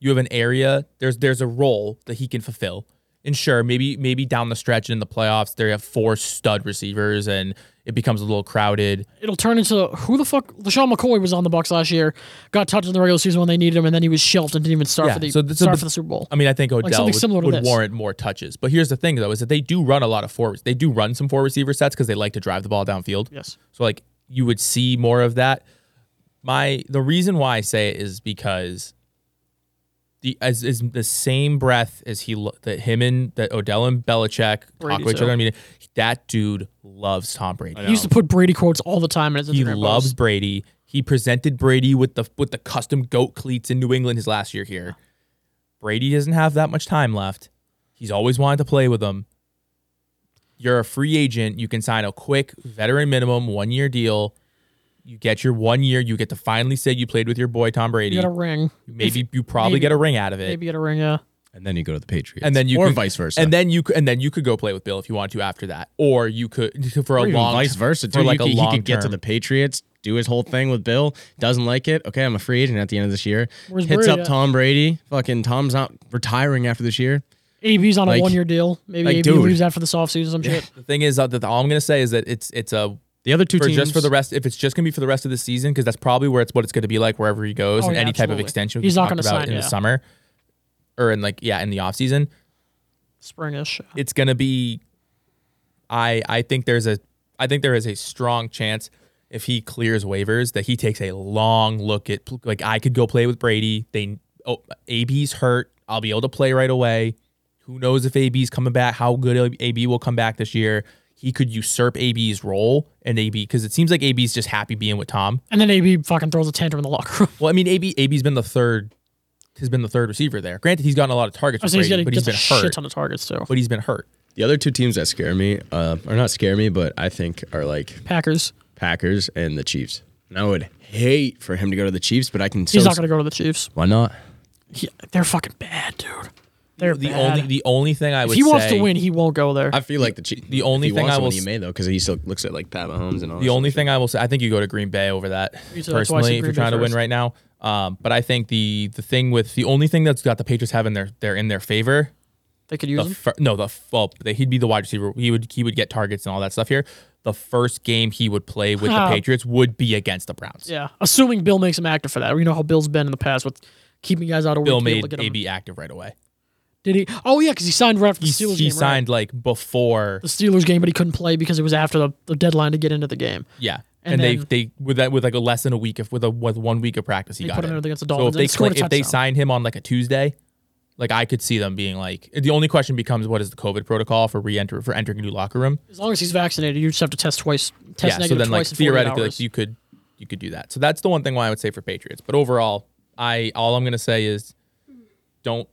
you have an area there's there's a role that he can fulfill and sure maybe maybe down the stretch in the playoffs they have four stud receivers and it becomes a little crowded
It'll turn into who the fuck? LaShawn McCoy was on the Bucks last year, got touched in the regular season when they needed him, and then he was shelved and didn't even start
Yeah,
for the
so th- uh, so
start
the-
for the Super Bowl.
i mean i think odell
something
would,
similar to
would
this.
warrant more touches but here's the thing though is that they do run a lot of four they do run some four receiver sets because they like to drive the ball downfield
yes,
So like you would see more of that. My the reason why I say it is because the as is the same breath as he lo- that him and that Odell and Belichick talk
Brady,
to each
too.
other. I mean, that dude loves Tom Brady.
he used to put Brady quotes all the time in his
He
Instagram posts.
loves Brady. He presented Brady with the with the custom goat cleats in New England his last year here. Brady doesn't have that much time left. He's always wanted to play with them. You're a free agent. You can sign a quick veteran minimum one year deal. You get your one year. You get to finally say you played with your boy Tom Brady.
You got a ring.
maybe you probably
maybe-
get a ring out of it.
Maybe get a ring. Yeah.
and then you go to the Patriots,
and then you
or
could,
vice versa,
and then you c- and then you could go play with Bill if you want to after that, or you could for a
Or even
long
vice versa.
for
too.
like
You
a
could-
long
he could get to
term.
the Patriots, do his whole thing with Bill. Doesn't like it. Okay, I'm a free agent at the end of this year.
Where's
Hits
Brady
up
at?
Tom Brady. Fucking Tom's not retiring after this year.
AB's on a
Like-
one year deal. Maybe
like,
AB
dude.
leaves after this offseason, some shit.
The thing is uh, that all I'm gonna say is that it's it's a
The other two
for
teams
just for the rest. If it's just gonna be for the rest of the season, because that's probably where it's what it's gonna be like wherever he goes
Oh,
and
yeah,
any type of
absolutely.
extension.
He's
we
not
talked
gonna
about
sign,
in
yeah.
the summer, or in like yeah in the off season.
Springish.
It's gonna be. I I think there's a I think there is a strong chance if he clears waivers that he takes a long look at like I could go play with Brady. They oh AB's hurt. I'll be able to play right away. Who knows if AB's coming back? How good AB will come back this year? He could usurp AB's role and AB because it seems like AB's just happy being with Tom.
And then AB fucking throws a tantrum in the locker room.
Well, I mean, AB AB's been the third has been the third receiver there. Granted, he's gotten a lot of
I
targets, with
say he's getting
Brady, but he's
gets a
been hurt.
shit ton of targets too.
But he's been hurt.
the other two teams that scare me, uh, or not scare me, but I think are like
Packers.
Packers and the Chiefs. And I would hate for him to go to the Chiefs, but I can.
He's
so-
not going to go to the Chiefs.
Why not?
He- they're fucking bad, dude. They're
The
bad.
only the only thing I
if
would
he wants
say-
to win, he won't go there.
I feel like the Chiefs.
the only
if he
thing
wants
I
to
will
win, he
s-
may though, because he still looks at like Pat Mahomes and all.
The only thing I will say, I think you go to Green Bay over that
Me too, that's why I said
personally if
Green
you're
Bay
trying to win
first.
right now. Um, but I think the the thing with the only thing that's got the Patriots having their they're in their favor.
they could use
The
him.
fir- no, the f- well, they, he'd be the wide receiver. He would he would get targets and all that stuff here. The first game he would play with the
Ah.
Patriots would be against the Browns.
Yeah, assuming Bill makes him active for that. You know how Bill's been in the past with keeping guys out of
Bill
week to be able to
made
get him.
AB active right away.
Did he? Oh yeah, because he signed right after the
He,
Steelers
he
game. right?
signed like before.
the Steelers game, but he couldn't play because it was after the, the deadline to get into the game.
Yeah.
And
And, they
then-
they with that with like a less than a week of with a with one week of practice he
They
got
put him
in.
in against the
so if
Dolphins and
they
he scored a
cl- if they
touchdown.
signed him on like a Tuesday, like I could see them being like the only question becomes what is the COVID protocol for re-enter for entering a new locker room?
As long as he's vaccinated, you just have to test twice, test
yeah.
negative
So then like
twice in 48
theoretically
hours.
like, you could you could do that. So that's the one thing why I would say for Patriots. But overall, I all I'm gonna say is don't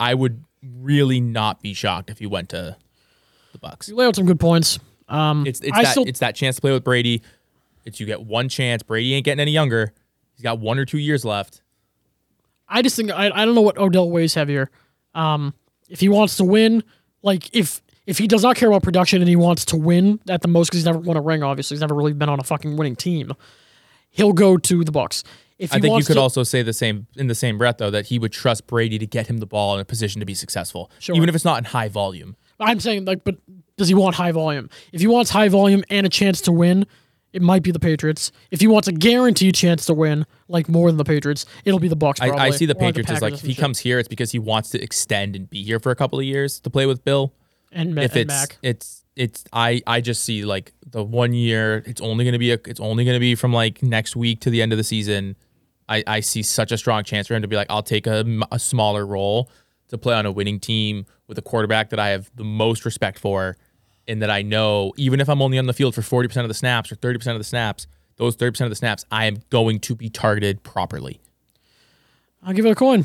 I would really not be shocked if he went to the Bucks.
You lay out some good points. Um,
It's it's
I
that
still
it's that chance to play with Brady. It's you get one chance. Brady ain't getting any younger. He's got one or two years left.
I just think I, I don't know what Odell weighs heavier. Um, if he wants to win, like if if he does not care about production and he wants to win at the most because he's never won a ring, obviously he's never really been on a fucking winning team. He'll go to the Bucks. If he
I think you
wants
could
to,
also say the same in the same breath though that he would trust Brady to get him the ball in a position to be successful,
Sure.
even if it's not in high volume.
I'm saying like, but does he want high volume? If he wants high volume and a chance to win, it might be the Patriots. If he wants a guaranteed chance to win, like more than the Patriots, it'll be the Bucks.
I, I
probably,
see the
or
Patriots as
Packers
like
or
if
some
he
shit.
comes here, it's because he wants to extend and be here for a couple of years to play with Bill.
and, Ma-
if
and
it's
Mac,
it's it's I I just see like the one year it's only gonna be a it's only gonna be from like next week to the end of the season. I I see such a strong chance for him to be like I'll take a, m- a smaller role to play on a winning team with a quarterback that I have the most respect for, and that I know even if I'm only on the field for forty percent of the snaps or thirty percent of the snaps, those thirty percent of the snaps I am going to be targeted properly.
I'll give it a coin.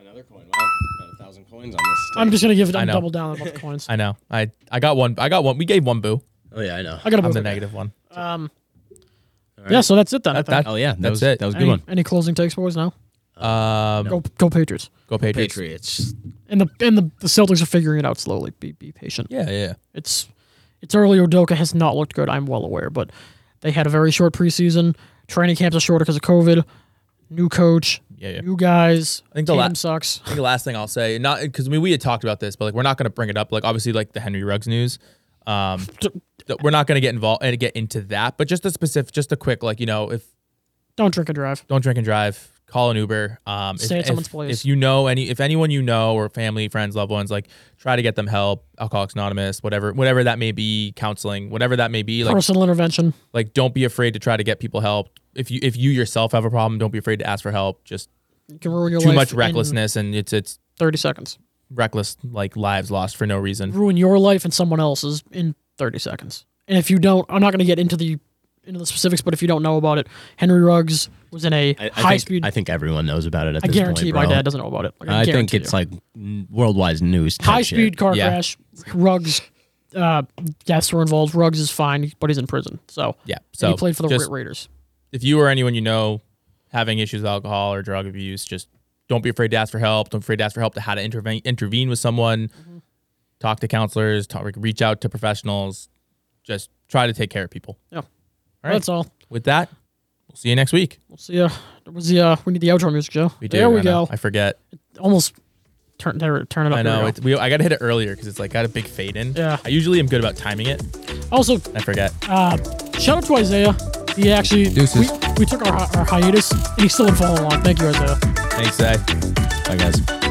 Another coin.
a thousand coins on this.
I'm just gonna give it. I'm
know.
double down on both the coins.
I know I I got one I got one we gave one boo
Oh yeah, I know.
I gotta
I'm
vote
the
for that.
negative one.
Yeah, so that's it then. I
That,
think.
that,
Oh yeah, that
that's
was,
it.
That was a good
Any,
one.
any closing takes, boys? No.
um,
Go, go Patriots.
go Patriots.
Patriots.
And the and the, the Celtics are figuring it out slowly. Be be patient.
Yeah, yeah.
It's it's early. Odoka has not looked good. I'm well aware, but they had a very short preseason. Training camps are shorter because of COVID. New coach.
Yeah, yeah.
New guys. I
think the la-
sucks.
I think the last thing I'll say, not because I mean we had talked about this, but like we're not going to bring it up. Like obviously, like the Henry Ruggs news, um, th- we're not going to get involved and get into that. But just a specific, just a quick, like you know, if
Don't drink and drive.
don't drink and drive, call an Uber. Um,
Stay
if,
at someone's
if,
place.
If you know any, if anyone you know or family, friends, loved ones, like try to get them help. Alcoholics Anonymous, whatever, whatever that may be, counseling, whatever that may be. Like
Personal intervention.
like don't be afraid to try to get people help. If you if you yourself have a problem, don't be afraid to ask for help. Just
You can ruin your
too
life.
much
in
recklessness, and it's it's
Thirty seconds.
reckless like lives lost for no reason.
Ruin your life and someone else's in thirty seconds. And if you don't, I'm not going to get into the into the specifics. But if you don't know about it, Henry Ruggs was in a
I, I
high
think,
speed.
I think everyone knows about it. At
I
this
guarantee
point,
my
bro.
dad doesn't know about it. Like,
I think
guarantee
it's
you.
like n- worldwide news. type
high
shit.
speed car
Yeah.
crash. Rugs, uh, deaths were involved. Rugs is fine, but he's in prison. So
Yeah.
And
So
he played for the
just-
Ra- Raiders.
If you or anyone you know having issues with alcohol or drug abuse, just don't be afraid to ask for help. Don't be afraid to ask for help to how to intervene intervene with someone.
Mm-hmm.
Talk to counselors. Talk, reach out to professionals. Just try to take care of people.
Yeah.
All right.
That's all.
With that, we'll see you next week.
We'll see ya. There Was the uh, we need the outro music, Joe?
We do.
there we
I know.
go.
I forget.
Almost turn turn turn it up.
I
Here we
know.
go.
It's, we, I got to hit it earlier because it's like got a big fade in.
Yeah. Ah.
I usually am good about timing it.
Also,
I forget.
shout out to Isaiah. He actually we,
Deuces.
we took our, hi- our hiatus and he's still in follow along. Thank you, Isaiah.
Thanks, Zach.
Bye, guys.